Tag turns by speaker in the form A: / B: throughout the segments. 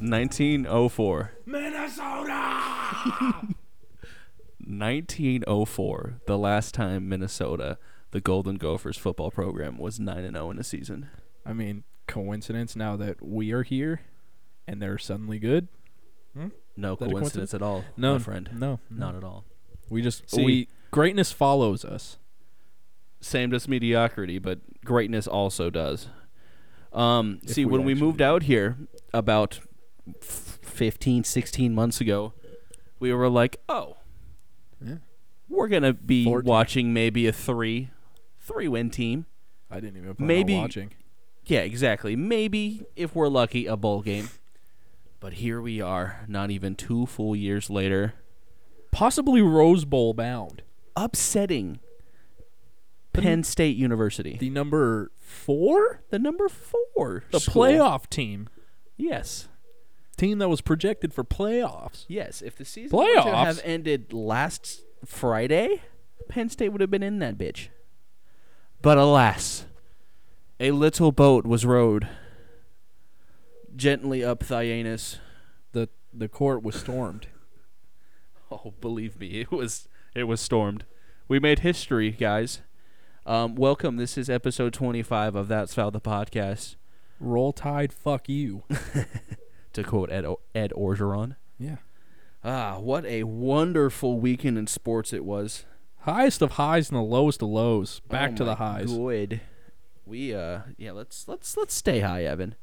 A: 1904.
B: Minnesota.
A: 1904, the last time Minnesota, the Golden Gophers football program, was 9 and 0 in a season.
C: I mean, coincidence now that we are here and they're suddenly good?
A: No
C: that a
A: coincidence at all,
C: No.
A: my
C: Mm-hmm.
A: friend.
C: No.
A: Not at all.
C: We just
A: See-
C: we greatness follows us.
A: Same does mediocrity, but greatness also does. Um,
C: If
A: see,
C: we
A: when we
C: actually
A: moved out here about f- 15, 16 months ago, we were like, oh,
C: Yeah.
A: we're going to be
C: 14.
A: watching maybe a three, three win team.
C: I didn't even plan
A: Maybe-
C: on watching.
A: Yeah, exactly. Maybe if we're lucky, a bowl game. But here we are, not even two full years later,
C: Possibly Rose Bowl bound.
A: upsetting
C: The n-
A: Penn State University, the,
C: The number 4,
A: number four,
C: the
A: school.
C: playoff team,
A: Yes,
C: team that was projected for playoffs.
A: yes. If the season were to
C: Playoffs?
A: have ended last Friday, Penn State would have been in that bitch. But alas, a little boat was rowed gently up Thyanus.
C: The the court was stormed.
A: Oh, believe me, it was it was stormed. We made history, guys. Um, welcome. This is episode twenty-five of That's Foul the podcast.
C: Roll Tide, fuck you.
A: To quote Ed o- Ed Orgeron.
C: yeah.
A: Ah, what a wonderful weekend in sports it was.
C: Highest of highs and the lowest of lows. Back
A: Oh
C: to the
A: my
C: highs.
A: Good. We uh, yeah. Let's let's let's stay high, Evan.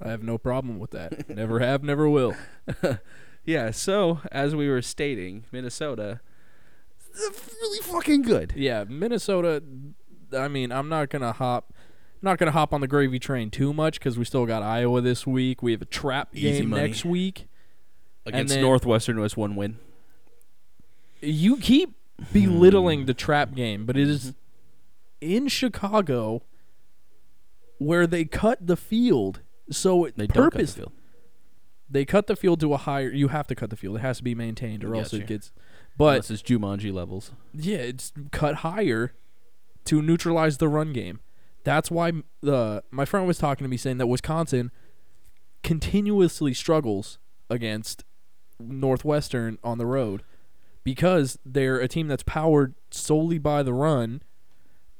C: I have no problem with that. never have, never will.
A: Yeah. So as we were stating, Minnesota, really fucking good.
C: Yeah, Minnesota. I mean, I'm not gonna hop, not gonna hop on the gravy train too much because we still got Iowa this week. We have a trap
A: Easy
C: game
A: money.
C: next week.
A: Against
C: then-
A: Northwestern was one win.
C: You keep belittling the trap game, but it is
A: Mm-hmm.
C: in Chicago where they cut the field. So it
A: They don't cut the
C: purpose
A: field.
C: they cut the field to a higher. You have to cut the field. It has to be maintained, or else
A: Gotcha.
C: it gets. But
A: this is Jumanji levels.
C: Yeah, it's cut higher to neutralize the run game. That's why the my friend was talking to me saying that Wisconsin continuously struggles against Northwestern on the road because they're a team that's powered solely by the run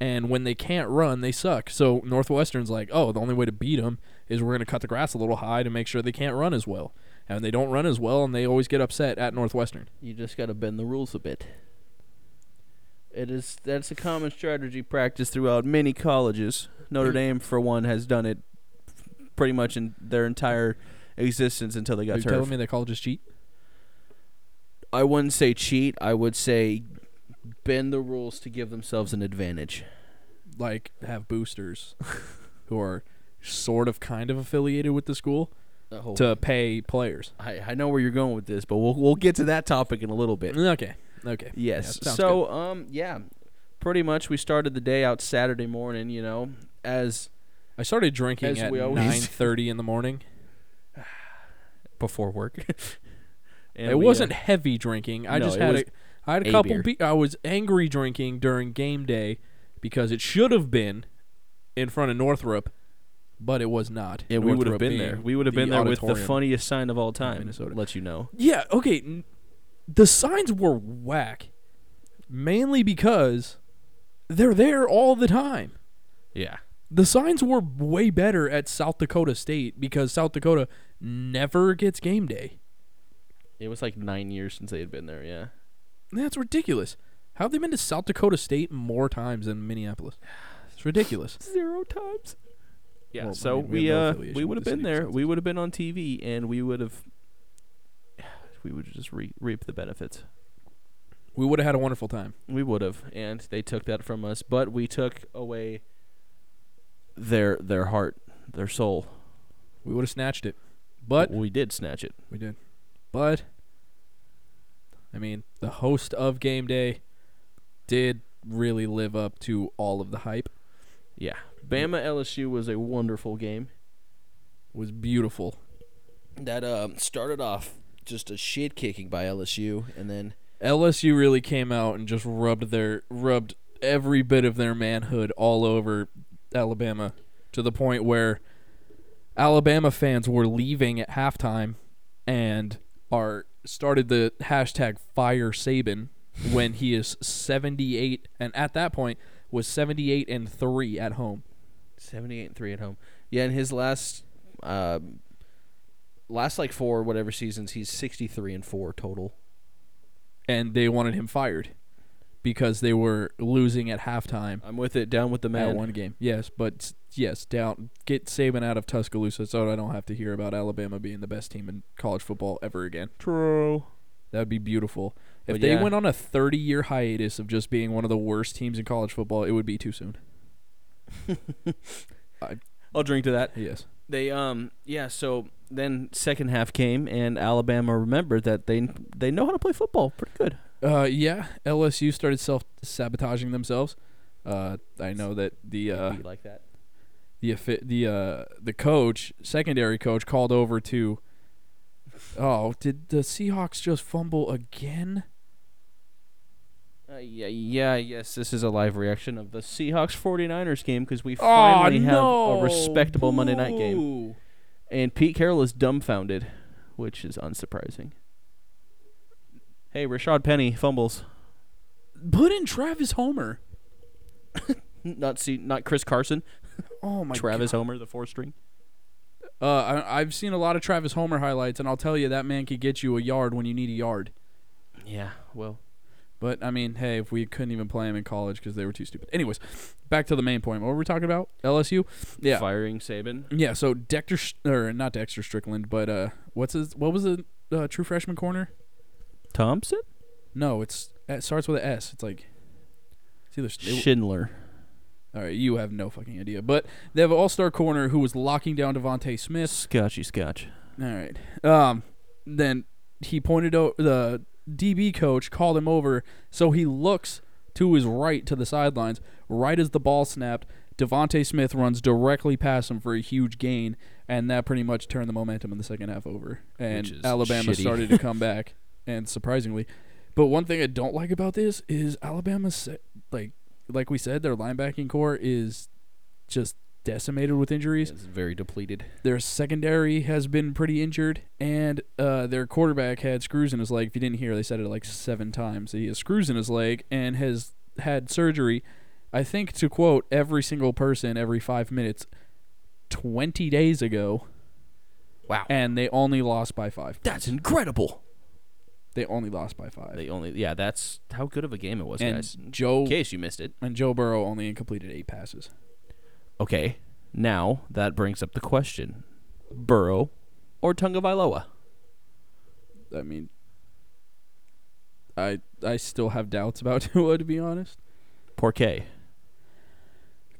C: and when they can't run they suck. So Northwestern's like, "Oh, the only way to beat them is we're going to cut the grass a little high to make sure they can't run as well." And they don't run as well and they always get upset at Northwestern.
A: You just got to bend the rules a bit. It is that's a common strategy practiced throughout many colleges.
C: Mm.
A: Notre Dame, for one, has done it pretty much in their entire existence until they
C: Are
A: got
C: you telling
A: turf.
C: me that colleges cheat?
A: I wouldn't say cheat. I would say bend the rules to give themselves an advantage.
C: like have boosters who are sort of kind of affiliated with the school
A: Oh,
C: to pay players.
A: I, I know where you're going with this, but we'll we'll get to that topic in a little bit.
C: Okay. Okay.
A: Yes.
C: Yeah, sounds
A: so, um, yeah, pretty much we started the day out Saturday morning. You know, as
C: I started drinking
A: As
C: at
A: we always-
C: 9:30 in the morning.
A: before work. and
C: it
A: we, uh,
C: wasn't heavy drinking. I
A: no,
C: just
A: it
C: had
A: was
C: a I had a,
A: a
C: couple
A: beer.
C: be- I was angry drinking during game day because it should have been in front of Northrop, but it was not.
A: Yeah, we would have
C: Northrop
A: been there.
C: being
A: We would have
C: the
A: been there with the
C: auditorium.
A: funniest sign of all time.
C: Minnesota.
A: Let you know.
C: Yeah, okay. n- The signs were whack. Mainly because they're there all the time.
A: Yeah.
C: The signs were way better at South Dakota State because South Dakota never gets game day.
A: It was like nine years since they had been there. Yeah.
C: That's ridiculous. How have they been to South Dakota State more times than Minneapolis? It's ridiculous.
A: Zero times. Yeah.
C: Well, I
A: so
C: mean, we
A: we,
C: have no
A: uh
C: affiliation
A: we
C: with
A: would have
C: the
A: been
C: city,
A: there.
C: so it's-
A: We would have been on TV, and we would have. We would just re- reap the benefits.
C: We would have had a wonderful time.
A: We would have, and they took that from us. But we took away their their heart, their soul.
C: We would have snatched it. But
A: we did snatch it.
C: we did. But I mean, the host of game day did really live up to all of the hype.
A: Yeah. Bama LSU was a wonderful game.
C: was beautiful.
A: that um, started off just a shit kicking by LSU, and then
C: LSU really came out and just rubbed their rubbed every bit of their manhood all over Alabama to the point where Alabama fans were leaving at halftime and are started the hashtag fire Saban when he is 78 and at that point was 78 and 3 at home.
A: 78 and 3 at home. Yeah, in his last uh, last like four or whatever seasons, he's 63 and 4 total.
C: and they wanted him fired because they were losing at halftime
A: I'm with it down with the
C: at
A: man.
C: one game. Yes, but s- yes, down get Saban out of Tuscaloosa so I don't have to hear about Alabama being the best team in college football ever again.
A: True.
C: That would be beautiful. If
A: But
C: they
A: yeah.
C: went on a 30-year hiatus of just being one of the worst teams in college football, it would be too soon.
A: I'll drink to that.
C: Yes.
A: They um yeah, so then second half came and Alabama remembered that they they know how to play football pretty good.
C: Uh, yeah, LSU started self-sabotaging themselves. Uh, I know that the uh,
A: You like that.
C: the affi- the uh, the coach, secondary coach, called over to. Oh, did the Seahawks just fumble again?
A: Uh, yeah, yeah, yes, this is a live reaction of the Seahawks 49ers game because we
C: Oh
A: finally
C: no!
A: have a respectable Monday night game.
C: Boo.
A: And Pete Carroll is dumbfounded, which is unsurprising. Hey, Rashad Penny fumbles.
C: Put in Travis Homer.
A: Not see, not Chris Carson.
C: Oh my
A: Travis Homer, the four string.
C: God. Uh, I, I've seen a lot of Travis Homer highlights, and I'll tell you that man could get you a yard when you need a yard.
A: Yeah, well,
C: But I mean, hey, if we couldn't even play him in college because they were too stupid. Anyways, back to the main point. What were we talking about? LSU. Yeah.
A: firing Saban.
C: Yeah, so Dexter or not Dexter Strickland, but uh, what's his? What was the uh, true freshman corner?
A: Thompson?
C: No, it's it starts with an S. It's like it's either it-
A: Schindler.
C: all right. You have no fucking idea, but they have an all-star corner who was locking down Devonte Smith.
A: Scotchy Scotch.
C: All right. Um, then he pointed out the DB coach called him over, so he looks to his right to the sidelines. Right as the ball snapped, Devonte Smith runs directly past him for a huge gain, and that pretty much turned the momentum in the second half over.
A: Which
C: And
A: is
C: Alabama
A: shitty.
C: started to come back, and surprisingly, but one thing I don't like about this is Alabama's se- like like we said, their linebacking core is just decimated with injuries
A: It's very depleted.
C: their secondary has been pretty injured, and uh, their quarterback had screws in his leg. If you didn't hear, they said it like seven times. He has screws in his leg and has had surgery. I think to quote every single person every five minutes, twenty days ago,
A: Wow.
C: and they only lost by five.
A: That's incredible.
C: They only lost by five.
A: They only yeah, that's how good of a game it was,
C: and
A: guys.
C: Joe
A: In case you missed it.
C: and Joe Burrow only completed eight passes.
A: Okay. Now that brings up the question. Burrow or Tunga Vailoa?
C: I mean, I I still have doubts about Tua to be honest.
A: Porquet.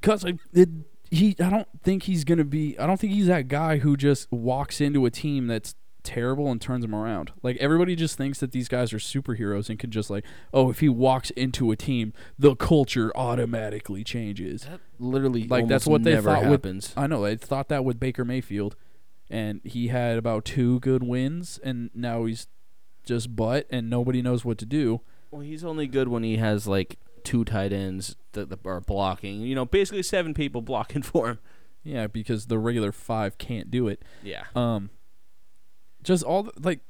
C: Cause I, it, he, I don't think he's gonna be. I don't think he's that guy who just walks into a team that's terrible and turns them around. Like everybody just thinks that these guys are superheroes and can just like, oh, if he walks into a team, the culture automatically changes.
A: That literally
C: Like, that's
A: almost
C: what they
A: never
C: thought with-
A: happens.
C: I know. I thought that with Baker Mayfield, and he had about two good wins, and now he's just butt, and nobody knows what to do.
A: Well, he's only good when he has like two tight ends that that are blocking. You know, basically seven people blocking for him.
C: Yeah, because the regular five can't do it.
A: Yeah.
C: um just all the, like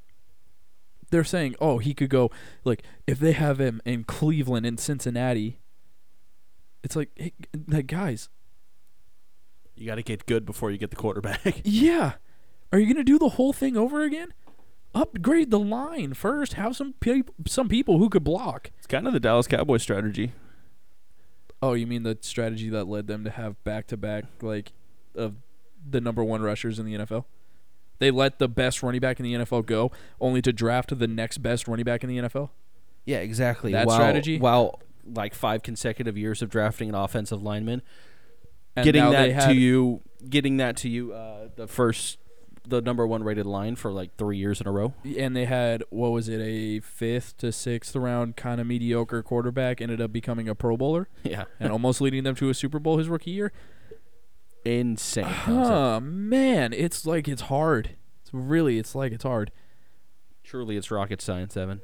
C: they're saying oh he could go like if they have him in cleveland and cincinnati it's like hey, like guys
A: You got to get good before you get the quarterback.
C: yeah are you gonna do the whole thing over again upgrade the line first have some people some people who could block
A: it's kind of the Dallas Cowboys strategy.
C: oh you mean the strategy that led them to have back-to-back like of the number one rushers in the nfl they let the best running back in the nfl go only to draft the next best running back in the nfl
A: Yeah, exactly.
C: That
A: While-
C: strategy?
A: While like five consecutive years of drafting an offensive lineman,
C: and
A: getting
C: now
A: that
C: they had-
A: to you, getting that to you, uh, the first, the number one rated line for like three years in a row.
C: and they had what was it a fifth to sixth round kind of mediocre quarterback ended up becoming a pro bowler
A: Yeah.
C: and almost leading them to a super bowl his rookie year
A: Insane. concept.
C: huh, man it's like it's hard it's really it's like it's hard
A: Truly, it's rocket science, Evan.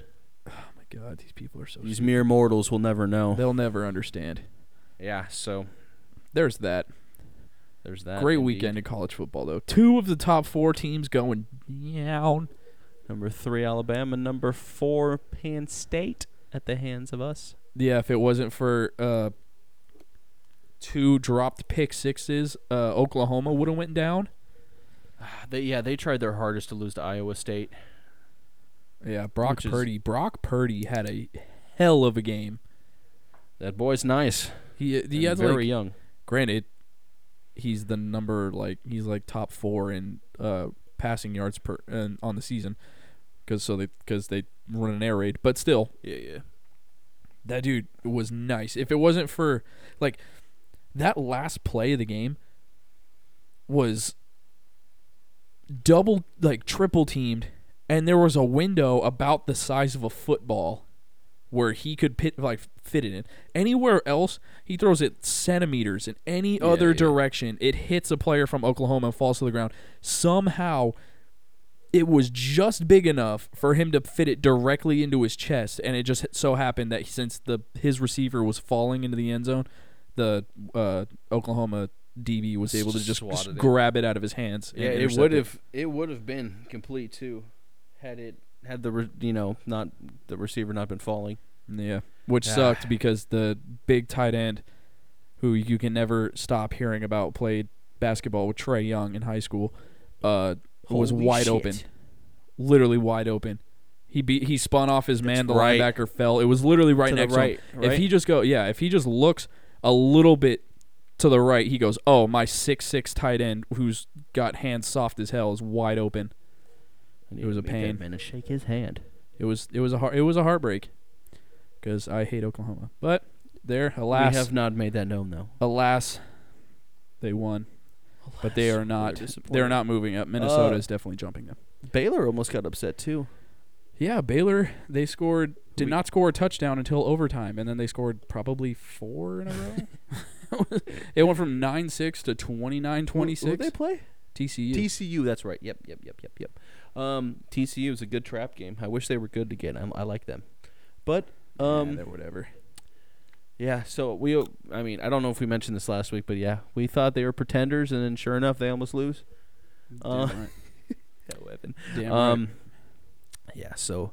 C: oh my god these people are so
A: These mere mortals will never know.
C: they'll never understand
A: Yeah. So
C: there's that
A: There's that.
C: Great
A: indeed.
C: weekend in college football, though. Two of the top four teams going down.
A: Number three, Alabama. Number four, Penn State at the hands of us.
C: Yeah, if it wasn't for uh, two dropped pick sixes, uh, Oklahoma would have went down.
A: Ah, They, yeah, they tried their hardest to lose to Iowa State.
C: Yeah, Brock
A: Which is-
C: Purdy. Brock Purdy had a hell of a game.
A: That boy's nice.
C: He uh, he
A: and
C: has
A: very
C: like
A: young.
C: granted, he's the number like he's like top four in uh passing yards per and on the season because so they because they run an air raid, but still
A: Yeah, yeah.
C: that dude was nice. If it wasn't for like that last play of the game was double like triple teamed and there was a window about the size of a football where he could pit like fit it in. Anywhere else, he throws it centimeters in any
A: Yeah,
C: other
A: yeah.
C: direction. It hits a player from Oklahoma and falls to the ground. Somehow it was just big enough for him to fit it directly into his chest, and it just so happened that since the his receiver was falling into the end zone, the uh, Oklahoma DB was able to just
A: Swatted it.
C: grab it out of his hands. and
A: Yeah, it
C: intercept
A: would have it would have been complete too, had it had the re- you know not the receiver not been falling.
C: Yeah, which
A: Ah.
C: sucked because the big tight end, who you can never stop hearing about, played basketball with Trey Young in high school. Uh, who was
A: Holy
C: wide
A: shit.
C: open, literally wide open. He beat, he spun off his man. The
A: right.
C: linebacker fell. It was literally right
A: To the
C: next
A: right,
C: to him. If
A: right?
C: he just go, yeah, if he just looks a little bit to the right, he goes, oh, my six six tight end who's got hands soft as hell is wide open.
A: I need
C: was
A: to
C: a
A: make that
C: pain.
A: Man, and shake his hand.
C: It was it was a heart, it was a heartbreak because I hate Oklahoma, but there, alas,
A: we have not made that known though.
C: alas, they won, but they are not. They are
A: disappointed.
C: not moving up. Minnesota
A: Uh,
C: is definitely jumping them.
A: Baylor almost got upset too.
C: Yeah, Baylor. They scored. Did
A: We-
C: not score a touchdown until overtime, and then they scored probably four in a row. it went from nine six to twenty nine twenty
A: Who- who'd
C: six.
A: they play?
C: TCU.
A: TCU. That's right. Yep. Yep. Yep. Yep. Yep. Um, TCU is a good trap game. I wish they were good again. I, I like them, but um,
C: yeah, they're whatever.
A: Yeah, so we uh, I mean, I don't know if we mentioned this last week, but yeah, we thought they were pretenders and then sure enough they almost lose. uh,
C: Damn right.
A: That weapon.
C: Damn right.
A: Um Yeah, so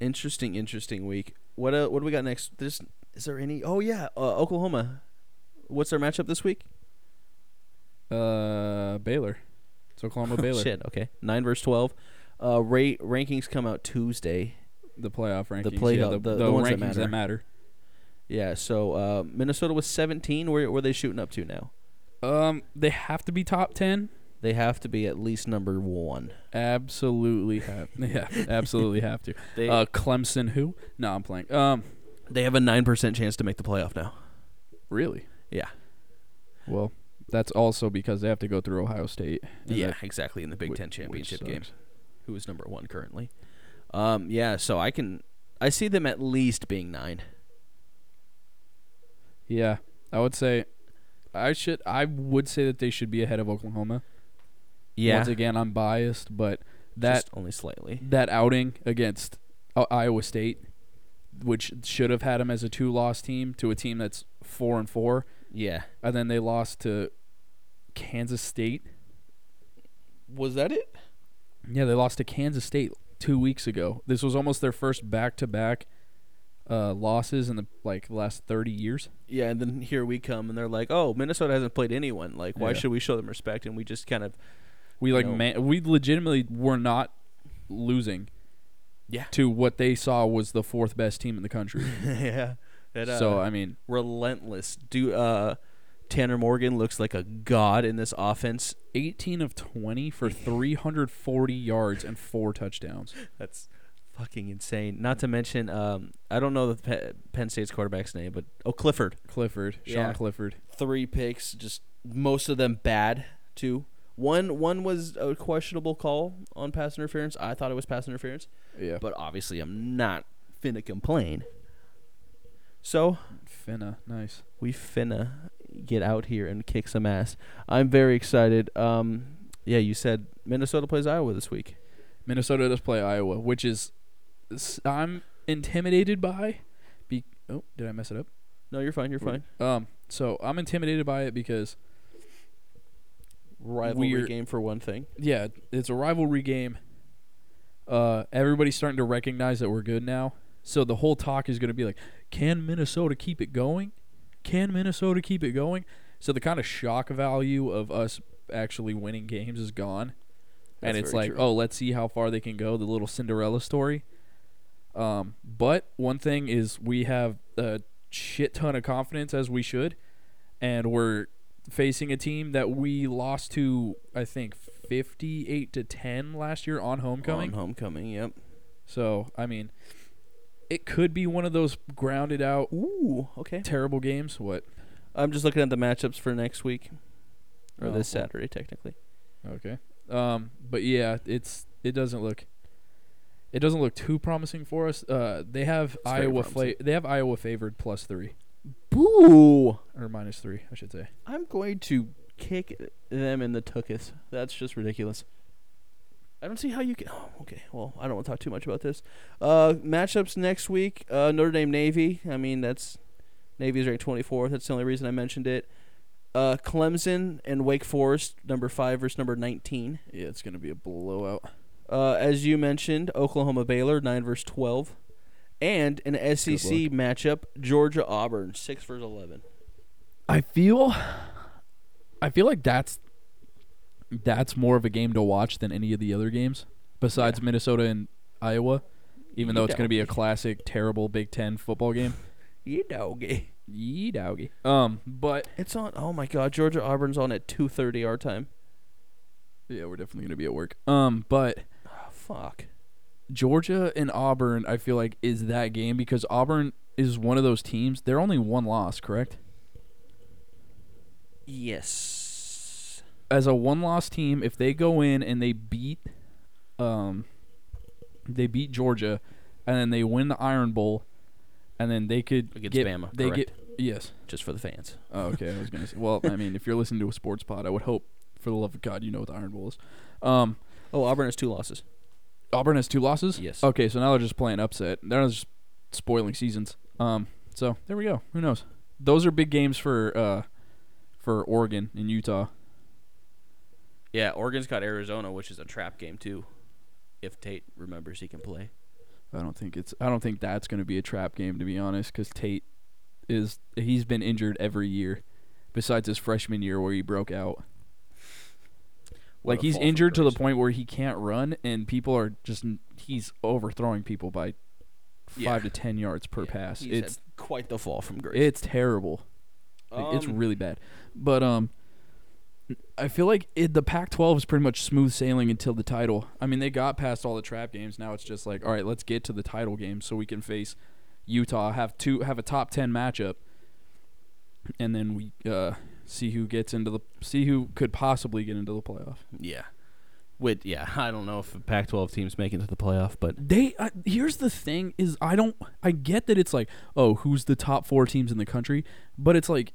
A: interesting interesting week. What uh, what do we got next? There's is there any Oh yeah, uh, Oklahoma. What's their matchup this week?
C: Uh, Baylor. It's Oklahoma Baylor.
A: Shit, okay. 9 versus 12. Uh rate rankings come out Tuesday.
C: The playoff rankings.
A: play-
C: yeah,
A: the-
C: the,
A: the ones that
C: rankings that matter.
A: Yeah, so uh, Minnesota was 17. Where where are they shooting up to now?
C: Um, they have to be top ten.
A: They have to be at least number 1.
C: Absolutely have. Yeah, absolutely have to.
A: They
C: Uh, Clemson. Who? No, I'm playing. Um,
A: they have a 9% chance to make the playoff now.
C: really?
A: Yeah.
C: Well, that's also because they have to go through Ohio State. and
A: yeah,
C: that-
A: exactly. In the Big
C: whi-
A: Ten
C: which
A: championship game,
C: sucks.
A: who is number one currently? Um, yeah, so I can, I see them at least being nine.
C: Yeah, I would say, I should. I would say that they should be ahead of Oklahoma.
A: Yeah,
C: Once again, I'm biased, but that
A: just only slightly.
C: that outing against uh, Iowa State, which should have had them as a two-loss team to a team that's four and four,
A: Yeah,
C: and then they lost to Kansas State.
A: was that it?
C: Yeah, they lost to Kansas State two weeks ago. This was almost their first back-to-back uh, losses in the like last thirty years.
A: Yeah, and then here we come, and they're like, "Oh, Minnesota hasn't played anyone. Like, why
C: Yeah.
A: should we show them respect?" And we just kind of,
C: We like
A: No.
C: man, we legitimately were not losing.
A: Yeah.
C: To what they saw was the fourth best team in the country.
A: yeah, that uh,
C: so I mean,
A: relentless. Do uh, Tanner Morgan looks like a god in this offense.
C: 18 of 20 for 340 yards and four touchdowns.
A: That's fucking insane. Not to mention, um, I don't know the Pe- Penn State's quarterback's name, but oh, Clifford.
C: Clifford, Sean
A: Yeah.
C: Clifford.
A: three picks, just most of them bad too. One one was a questionable call on pass interference. I thought it was pass interference,
C: Yeah.
A: but obviously I'm not finna complain. So
C: Finna, nice.
A: we finna get out here and kick some ass. I'm very excited. Um, yeah, you said Minnesota plays Iowa this week.
C: Minnesota does play Iowa, which is s- I'm intimidated by. Be- oh, did I mess it up?
A: No, you're fine. You're fine.
C: Um, so I'm intimidated by it because
A: rivalry
C: Weird.
A: game for one thing.
C: Yeah, it's a rivalry game. Uh, everybody's starting to recognize that we're good now. So the whole talk is going to be like, can Minnesota keep it going? Can Minnesota keep it going? So the kind of shock value of us actually winning games is gone. and
A: That's
C: it's
A: very
C: like,
A: true.
C: oh, let's see how far they can go, the little Cinderella story. Um, but one thing is we have uh, a shit ton of confidence as we should, and we're facing a team that we lost to, I think, fifty-eight to ten last year on homecoming.
A: On homecoming, yep.
C: so I mean, it could be one of those grounded out
A: Ooh, okay.
C: terrible games. What?
A: I'm just looking at the matchups for next week or
C: Oh,
A: this
C: well.
A: Saturday, technically.
C: Okay. Um, but yeah, it's it doesn't look it doesn't look too promising for us. Uh, they have
A: very
C: Iowa fla-
A: promising.
C: they have Iowa favored plus three
A: Boo!
C: or minus three, I should say.
A: I'm going to kick them in the tuchus. That's just ridiculous. I don't see how you can. Oh, okay, well, I don't want to talk too much about this. Uh, matchups next week: uh, Notre Dame Navy. I mean, that's Navy is ranked 24th. That's the only reason I mentioned it. Uh, Clemson and Wake Forest, number five versus number 19.
C: Yeah, it's gonna be a blowout.
A: Uh, as you mentioned, Oklahoma Baylor nine versus 12, and an SEC
C: luck.
A: matchup: Georgia Auburn six versus 11.
C: I feel I feel like that's that's more of a game to watch than any of the other games besides Minnesota and Iowa, even though it's gonna be a classic terrible Big Ten football game.
A: You doggy.
C: Yee doggy. Um, but
A: It's on. Oh my God, Georgia Auburn's on at two thirty our time.
C: yeah, we're definitely gonna be at work. Um, but
A: Oh, fuck.
C: Georgia and Auburn, I feel like, is that game because Auburn is one of those teams. They're only one loss, correct?
A: Yes.
C: As a one loss team, if they go in and they beat um they beat Georgia and then they win the Iron Bowl and then they could
A: Against
C: get,
A: Bama,
C: They
A: correct.
C: get yes.
A: Just for the fans.
C: Oh, okay. I was gonna say well, I mean, if you're listening to a sports pod, I would hope for the love of God you know what the Iron Bowl is. Um
A: Oh, Auburn has two losses.
C: Auburn has two losses?
A: Yes.
C: Okay, so now they're just playing upset. They're just spoiling seasons. Um, so there we go. Who knows? Those are big games for uh, for Oregon and Utah.
A: Yeah, Oregon's got Arizona, which is a trap game too. If Tate remembers, he can play.
C: I don't think it's. I don't think that's going to be a trap game to be honest, because Tate is he's been injured every year, besides his freshman year where he broke out. Like
A: a
C: he's
A: fall from
C: injured to the
A: grace.
C: point where he can't run, and people are just he's overthrowing people by five
A: Yeah.
C: to ten yards per
A: Yeah,
C: pass.
A: he's
C: It's
A: had quite the fall from grace.
C: It's terrible. Like, it's
A: Um,
C: really bad. But um I feel like it, the Pac-12 is pretty much smooth sailing until the title. I mean, they got past all the trap games. Now it's just like, all right, let's get to the title game so we can face Utah, have two have a top 10 matchup. And then we uh see who gets into the see who could possibly get into the playoff.
A: yeah. With yeah, I don't know if a Pac-12 team's making it to the playoff, but
C: They uh, here's the thing is I don't I get that it's like oh who's the top four teams in the country, but it's like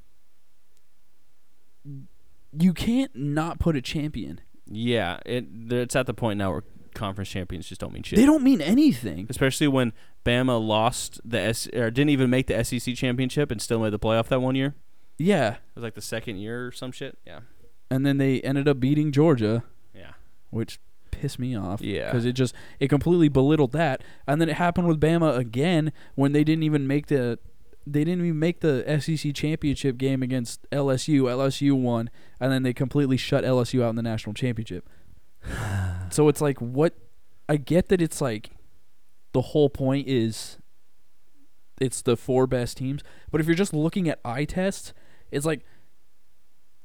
C: you can't not put a champion.
A: yeah, it it's at the point now where conference champions just don't mean shit.
C: They don't mean anything.
A: Especially when Bama lost the S or didn't even make the SEC championship and still made the playoff that one year.
C: Yeah,
A: It was like the second year or some shit. Yeah.
C: and then they ended up beating Georgia,
A: Yeah.
C: which pissed me off.
A: Yeah.
C: because it just it completely belittled that, and then it happened with Bama again when they didn't even make the. They didn't even make the SEC championship game against LSU. LSU won, and then they completely shut LSU out in the national championship. so it's like, what? I get that it's like the whole point is it's the four best teams. But if you're just looking at eye tests, it's like,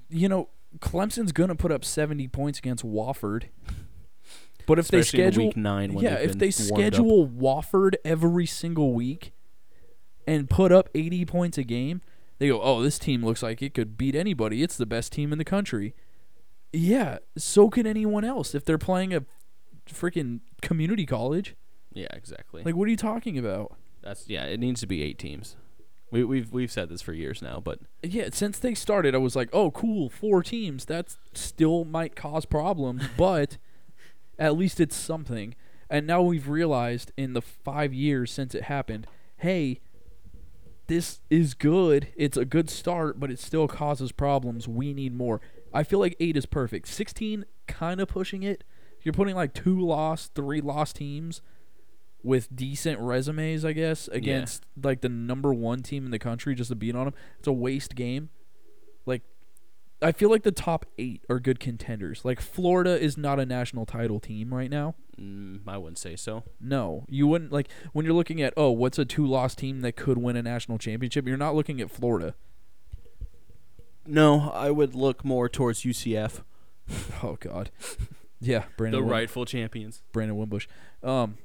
C: you know, Clemson's gonna put up 70 points against Wofford. But if
A: Especially
C: they
A: in
C: schedule,
A: week nine when
C: yeah,
A: they've
C: if
A: been
C: they
A: warmed up.
C: schedule Wofford every single week and put up 80 points a game, they go, oh, this team looks like it could beat anybody. It's the best team in the country. Yeah, so can anyone else if they're playing a freaking community college.
A: Yeah, exactly.
C: Like, what are you talking about?
A: That's yeah. It needs to be eight teams. We, we've we've said this for years now, but
C: Yeah, since they started, I was like, oh, cool, four teams. That still might cause problems, but at least it's something. And now we've realized in the five years since it happened, hey, this is good. It's a good start, but it still causes problems. We need more. I feel like eight is perfect. Sixteen, kind of pushing it. You're putting like two lost, three lost teams with decent resumes, I guess, against like the number one team in the country just to beat on them. It's a waste game. Like, I feel like the top eight are good contenders. Like Florida is not a national title team right now.
A: Mm, I wouldn't say so.
C: No, you wouldn't like when you're looking at oh, what's a two-loss team that could win a national championship? You're not looking at Florida.
A: No, I would look more towards UCF,
C: Oh God, yeah, Brandon.
A: the
C: Wim-
A: rightful champions.
C: Brandon Wimbush. Um,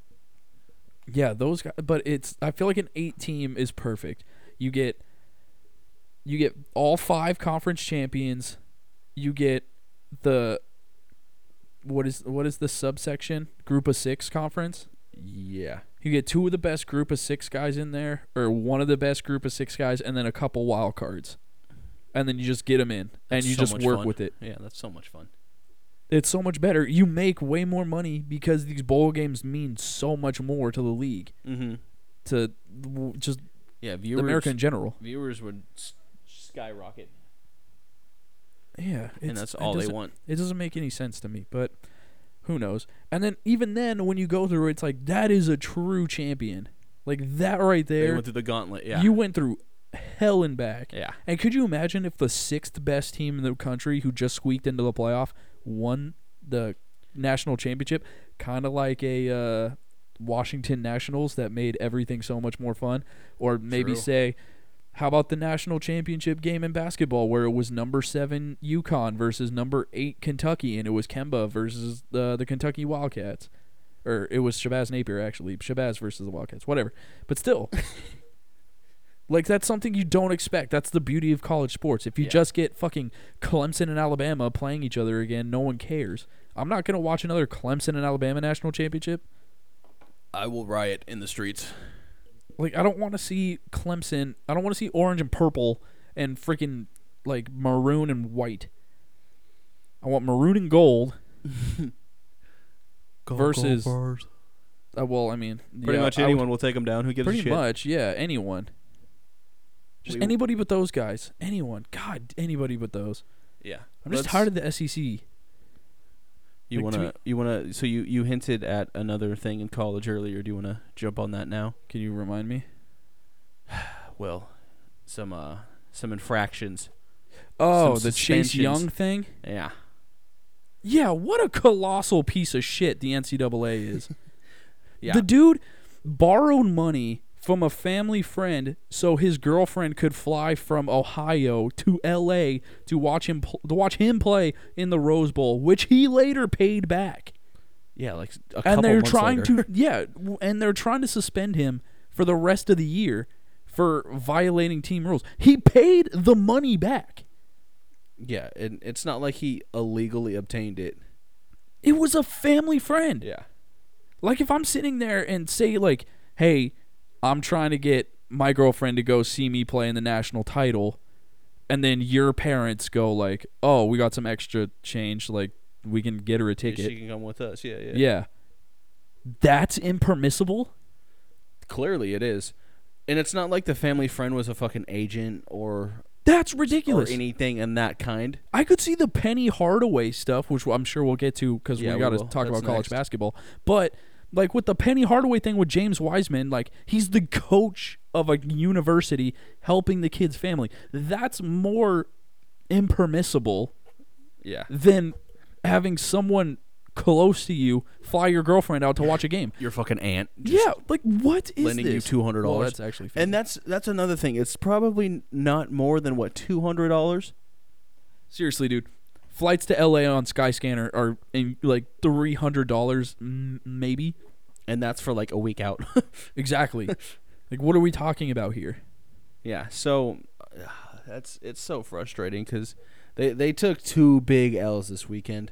C: yeah, those guys. But it's I feel like an eight team is perfect. You get you get all five conference champions. You get the what is what is the subsection group of six conference.
A: Yeah.
C: You get two of the best group of six guys in there, or one of the best group of six guys, and then a couple wild cards, and then you just get them in, and
A: That's
C: you
A: so
C: just
A: much
C: work
A: fun.
C: with it.
A: Yeah, that's so much fun.
C: It's so much better. You make way more money because these bowl games mean so much more to the league,
A: Mm-hmm.
C: to w- just
A: Yeah,
C: the
A: viewers.
C: America in general.
A: viewers would s- skyrocket,
C: Yeah,
A: and
C: it's-
A: that's
C: it
A: all they
C: doesn't-
A: want.
C: It doesn't make any sense to me, but who knows? And then even then, when you go through, it, it's like that is a true champion, like that right
A: They
C: there.
A: went through the gauntlet. Yeah.
C: You went through hell and back.
A: yeah.
C: And could you imagine if the sixth best team in the country, who just squeaked into the playoff, won the national championship? Kind of like a uh, Washington Nationals that made everything so much more fun. Or maybe
A: True.
C: say, how about the national championship game in basketball where it was number seven Yukon versus number eight Kentucky, and it was Kemba versus the the Kentucky Wildcats, or it was Shabazz Napier actually, Shabazz versus the Wildcats, whatever. But still, like that's something you don't expect. That's the beauty of college sports. If you
A: Yeah.
C: just get fucking Clemson and Alabama playing each other again, no one cares. I'm not gonna watch another Clemson and Alabama national championship.
A: I will riot in the streets.
C: Like I don't want to see Clemson. I don't want to see orange and purple and freaking like maroon and white. I want maroon and gold. Versus- Uh, well, I mean,
A: Pretty
C: yeah,
A: much
C: I would-
A: anyone will take them down. Who gives a
C: pretty
A: shit?
C: much, yeah. Anyone. Just
A: We-
C: anybody but those guys. Anyone. God, anybody but those.
A: Yeah.
C: I'm just
A: Let's-
C: tired of the E SEC.
A: You
C: Like, to
A: wanna you wanna so you you hinted at another thing in college earlier. Do you wanna jump on that now?
C: Can you remind me?
A: Well, some uh some infractions. Some
C: Oh, the Chase
A: suspensions.
C: Young thing?
A: Yeah.
C: Yeah, what a colossal piece of shit the NCAA is.
A: Yeah.
C: The dude borrowed money from a family friend so his girlfriend could fly from Ohio to LA to watch him pl- to watch him play in the Rose Bowl, which he later paid back.
A: yeah, like s- a couple
C: and they're
A: months
C: trying
A: later.
C: to yeah, w- and they're trying to suspend him for the rest of the year for violating team rules. He paid the money back.
A: Yeah, and it's not like he illegally obtained it.
C: It was a family friend.
A: Yeah.
C: Like if I'm sitting there and say like, "Hey, I'm trying to get my girlfriend to go see me play in the national title." And then your parents go like, "Oh, we got some extra change like we can get her a ticket."
A: She can come with us. Yeah, yeah.
C: yeah. That's impermissible?
A: Clearly it is. And it's not like the family friend was a fucking agent or
C: That's
A: or
C: ridiculous.
A: anything in that kind.
C: I could see the Penny Hardaway stuff, which I'm sure we'll get to because
A: Yeah,
C: we
A: we
C: got to
A: will.
C: talk
A: That's
C: about college
A: next.
C: basketball. But like with the Penny Hardaway thing with James Wiseman, like he's the coach of a university helping the kid's family. That's more impermissible
A: Yeah.
C: than having someone close to you fly your girlfriend out to watch a game.
A: Your fucking aunt. just
C: Yeah, like what is
A: lending you
C: this?
A: two hundred
C: Well,
A: dollars.
C: that's actually fair.
A: And that's that's another thing. It's probably n- not more than what two hundred dollars.
C: Seriously, dude. Flights to LA on Skyscanner are in like three hundred dollars, maybe.
A: and that's for like a week out.
C: Exactly. like, what are we talking about here?
A: yeah, so uh, that's it's so frustrating because they they took two big L's this weekend,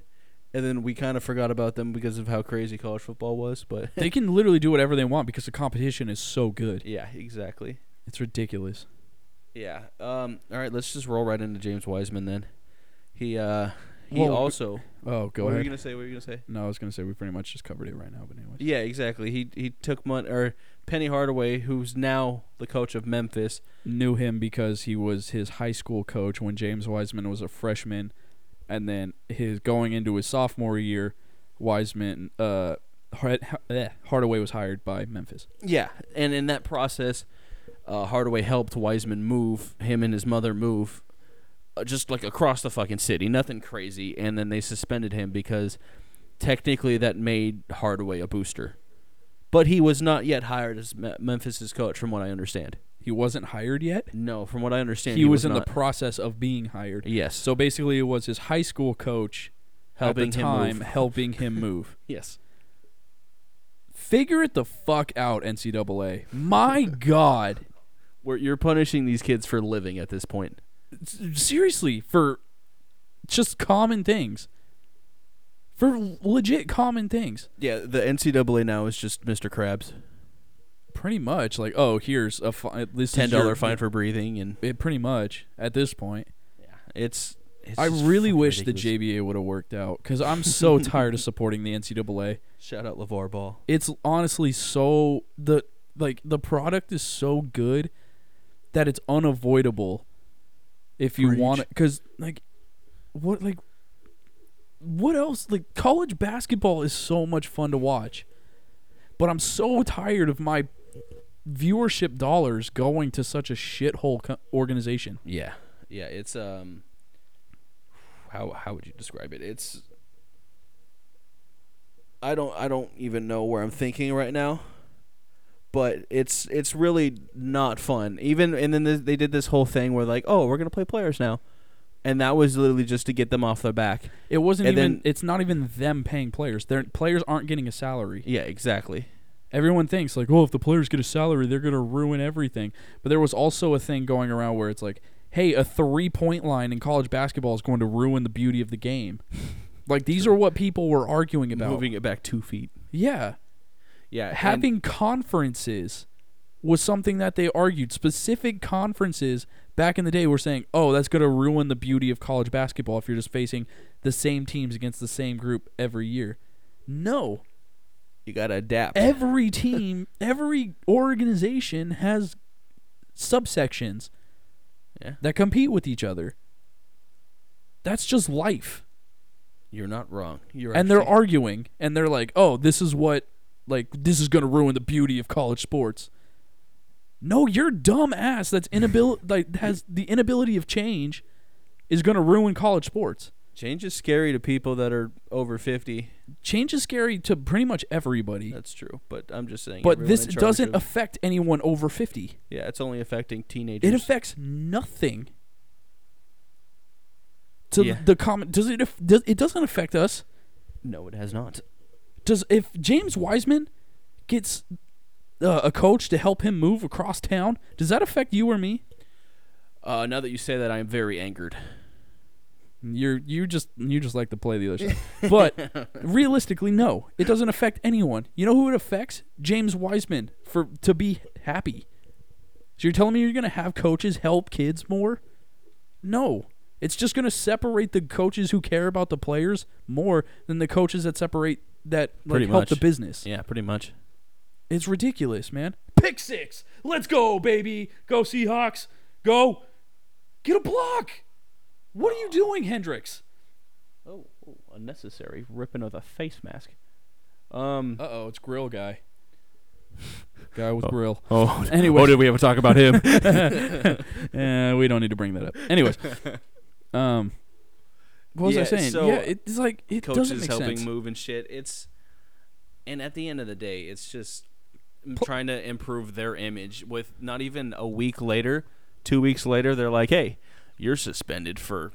A: and then we kind of forgot about them because of how crazy college football was. But
C: They can literally do whatever they want because the competition is so good.
A: yeah, exactly.
C: It's ridiculous.
A: Yeah. Um. All right, let's just roll right into James Wiseman then. He uh he
C: Well,
A: also
C: Oh, go
A: what were
C: ahead.
A: you gonna say? What were you gonna say?
C: no, I was gonna say we pretty much just covered it right now, but anyway.
A: Yeah, exactly. He he took money or Penny Hardaway, who's now the coach of Memphis.
C: Knew him because he was his high school coach when James Wiseman was a freshman and then his going into his sophomore year, Wiseman, uh, Hard- eh, Hardaway was hired by Memphis.
A: Yeah, and in that process, uh, Hardaway helped Wiseman move him and his mother move, uh, just like across the fucking city. Nothing crazy, and then they suspended him because technically that made Hardaway a booster, but he was not yet hired as Me- Memphis's coach, from what I understand.
C: He wasn't hired yet.
A: No, from what I understand,
C: He, was, in
A: not.
C: the process of being hired.
A: yes,
C: So basically, it was his high school coach
A: Helping
C: at the
A: him
C: time
A: move.
C: helping him move.
A: yes.
C: Figure it the fuck out, NCAA. My God.
A: Where you're punishing these kids for living at this point.
C: S- Seriously, for just common things. For legit common things.
A: Yeah, the NCAA now is just Mr. Krabs,
C: Pretty much, like, oh, here's a fi- this is
A: ten dollar
C: your-
A: fine for breathing, and
C: It, pretty much, at this point.
A: it's. it's
C: I
A: just
C: really
A: fucking
C: wish
A: ridiculous.
C: the JBA would have worked out because I'm so tired of supporting the NCAA.
A: Shout out LeVar Ball.
C: it's honestly so the like the product is so good that it's unavoidable if you
A: Preach.
C: want it cuz like what like what else like college basketball is so much fun to watch but I'm so tired of my viewership dollars going to such a shithole co- organization
A: Yeah. Yeah, it's um how how would you describe it? It's I don't I don't even know where I'm thinking right now. But it's it's really not fun. Even and then th- they did this whole thing where like, "Oh, we're going to play players now." And that was literally just to get them off their back.
C: it wasn't
A: And
C: even
A: then-
C: it's not even them paying players their players aren't getting a salary
A: Yeah, exactly.
C: everyone thinks like, oh, if the players get a salary, they're gonna ruin everything. But there was also a thing going around where it's like, hey, a three point line in college basketball is going to ruin the beauty of the game. like these are what people were arguing about.
A: Moving it back 2 feet.
C: Yeah,
A: Yeah. and-
C: having conferences was something that they argued. Specific conferences back in the day were saying, oh, that's gonna ruin the beauty of college basketball if you're just facing the same teams against the same group every year. No,
A: you got to adapt.
C: every team, every organization has subsections
A: Yeah.
C: that compete with each other. That's just life.
A: You're not wrong. You're
C: And they're
A: actually-
C: arguing and they're like, "Oh, this is what like this is going to ruin the beauty of college sports." No, your dumb ass that's inability like has the inability of change is going to ruin college sports.
A: change is scary to people that are over 50.
C: Change is scary to pretty much everybody.
A: That's true, but I'm just saying.
C: But
A: everyone
C: this
A: in charge
C: doesn't
A: of-
C: affect anyone over 50.
A: yeah, it's only affecting teenagers.
C: It affects nothing. To
A: Yeah.
C: the comment, does it? aff- Does, it doesn't affect us.
A: no, it has not.
C: Does if James Wiseman gets uh, a coach to help him move across town, does that affect you or me?
A: Uh, now that you say that, I am very angered.
C: You're you just you just like to play the other side. But realistically, no, it doesn't affect anyone. You know who it affects? James Wiseman for to be happy. So you're telling me you're gonna have coaches help kids more? No. It's just gonna separate the coaches who care about the players more than the coaches that separate that like,
A: Pretty
C: help
A: much.
C: the business.
A: Yeah, pretty much.
C: It's ridiculous, man. Pick six. Let's go, baby. Go Seahawks. Go. Get a block. What are you doing, Hendricks?
A: Oh, oh, unnecessary ripping of a face mask. Um.
C: Uh oh, it's Grill Guy. Guy with Grill.
A: Oh.
C: Anyway.
A: did we ever talk about him?
C: Eh, we don't need to bring that up. Anyways, um, what was I
A: Yeah,
C: saying?
A: so
C: yeah, it's like it doesn't
A: Coaches
C: make
A: helping
C: sense.
A: move and shit. It's, and at the end of the day, it's just m-
C: Pl-
A: trying to improve their image. With not even a week later, two weeks later, they're like, "Hey, you're suspended for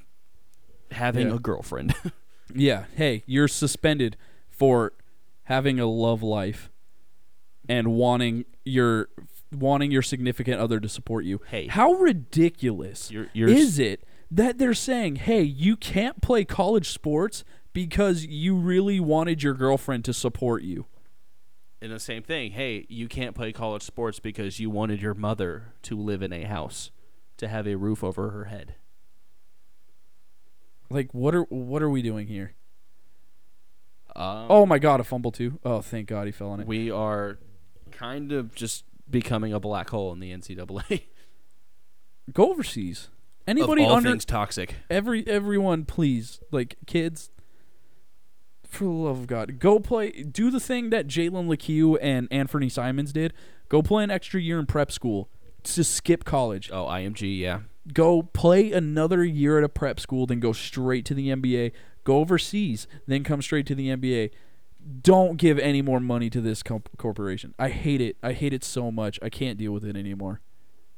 A: having
C: Yeah.
A: a girlfriend."
C: Yeah, hey, you're suspended for having a love life and wanting your wanting your significant other to support you.
A: Hey.
C: how ridiculous
A: You're- you're s-
C: is it that they're saying, "Hey, you can't play college sports because you really wanted your girlfriend to support you."
A: And the same thing. Hey, you can't play college sports because you wanted your mother to live in a house, to have a roof over her head.
C: Like what are what are we doing here?
A: Um,
C: Oh my god, a fumble too. Oh, thank god he fell on it.
A: we are kind of just becoming a black hole in the NCAA.
C: Go overseas. Anybody
B: of all
C: under
B: things toxic.
C: every everyone, please, like kids, for the love of God, go play. Do the thing that Jalen LeCue and Anthony Simons did. Go play an extra year in prep school. Just skip college.
B: Oh, IMG, yeah.
C: Go play another year at a prep school, then go straight to the NBA. Go overseas, then come straight to the NBA. Don't give any more money to this comp- corporation. I hate it. I hate it so much. I can't deal with it anymore.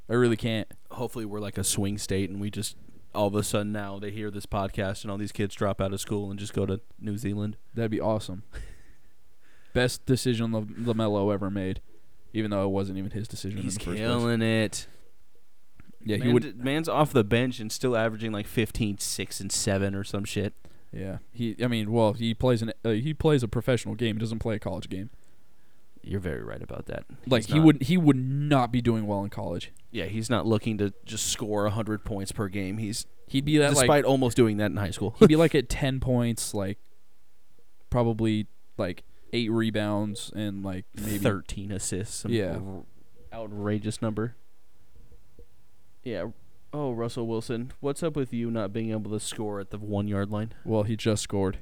C: I really can't.
B: Hopefully, we're like a swing state, and we just all of a sudden now they hear this podcast, and all these kids drop out of school and just go to New Zealand.
C: That'd be awesome. Best decision La- Lamelo ever made, even though it wasn't even his decision
B: He's
C: in the first place.
B: killing it.
C: Yeah, he
B: Man-
C: would.
B: Man's off the bench and still averaging like 15, 6, and seven or some shit.
C: Yeah, he. I mean, well, he plays an. Uh, he plays a professional game. He doesn't play a college game.
B: You're very right about that.
C: Like
B: He's
C: he
B: not-
C: would. He would not be doing well in college.
B: Yeah, he's not looking to just score 100 points per game. He's
C: He'd be that
B: despite
C: like.
B: almost doing that in high school.
C: He'd be like at ten points, like probably like eight rebounds and like maybe
B: 13 assists. some
C: Yeah.
B: r- outrageous number.
A: Yeah. Oh, Russell Wilson, what's up with you not being able to score at the one yard line?
C: Well, he just scored.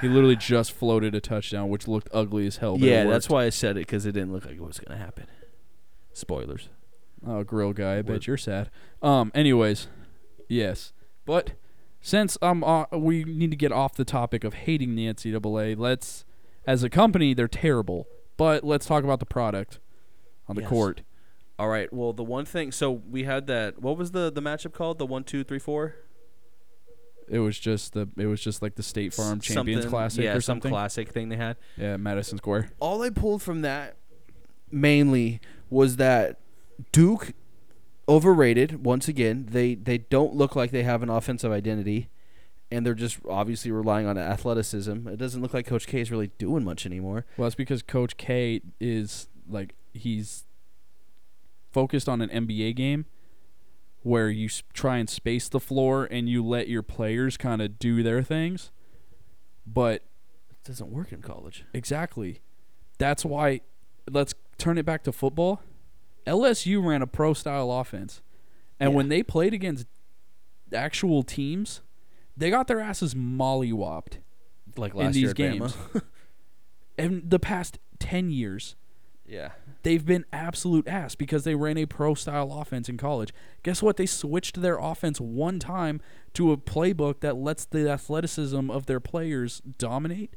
C: He literally just floated a touchdown, which looked ugly as hell. Oh, But
B: yeah,
C: it
B: that's
C: worked.
B: why I said it because it didn't look like it was gonna happen. Spoilers.
C: Oh, grill guy, I bet
B: Would-
C: you're sad. Um, anyways, yes, but since um, uh, we need to get off the topic of hating the NCAA. Let's, as a company, they're terrible, but let's talk about the product on the
B: Yes.
C: court.
A: All right. Well, the one thing. So we had that. What was the the matchup called? The one, two, three, four.
C: It was just the, it was just like the State Farm
B: S-
C: Champions
B: something-
C: Classic
B: yeah,
C: or
B: some
C: something.
B: classic thing they had.
C: yeah, Madison Square.
A: All I pulled from that mainly was that Duke overrated once again. They they don't look like they have an offensive identity, and they're just obviously relying on athleticism. It doesn't look like Coach K is really doing much anymore.
C: Well, that's because Coach K is like he's focused on an NBA game where you s- try and space the floor and you let your players kind of do their things. But
A: It doesn't work in college.
C: exactly, that's why. Let's turn it back to football. LSU ran a pro style offense, and when they played against actual teams, they got their asses mollywopped
A: Like
C: in these games. and the past ten years,
A: Yeah.
C: they've been absolute ass because they ran a pro style offense in college. Guess what? They switched their offense one time to a playbook that lets the athleticism of their players dominate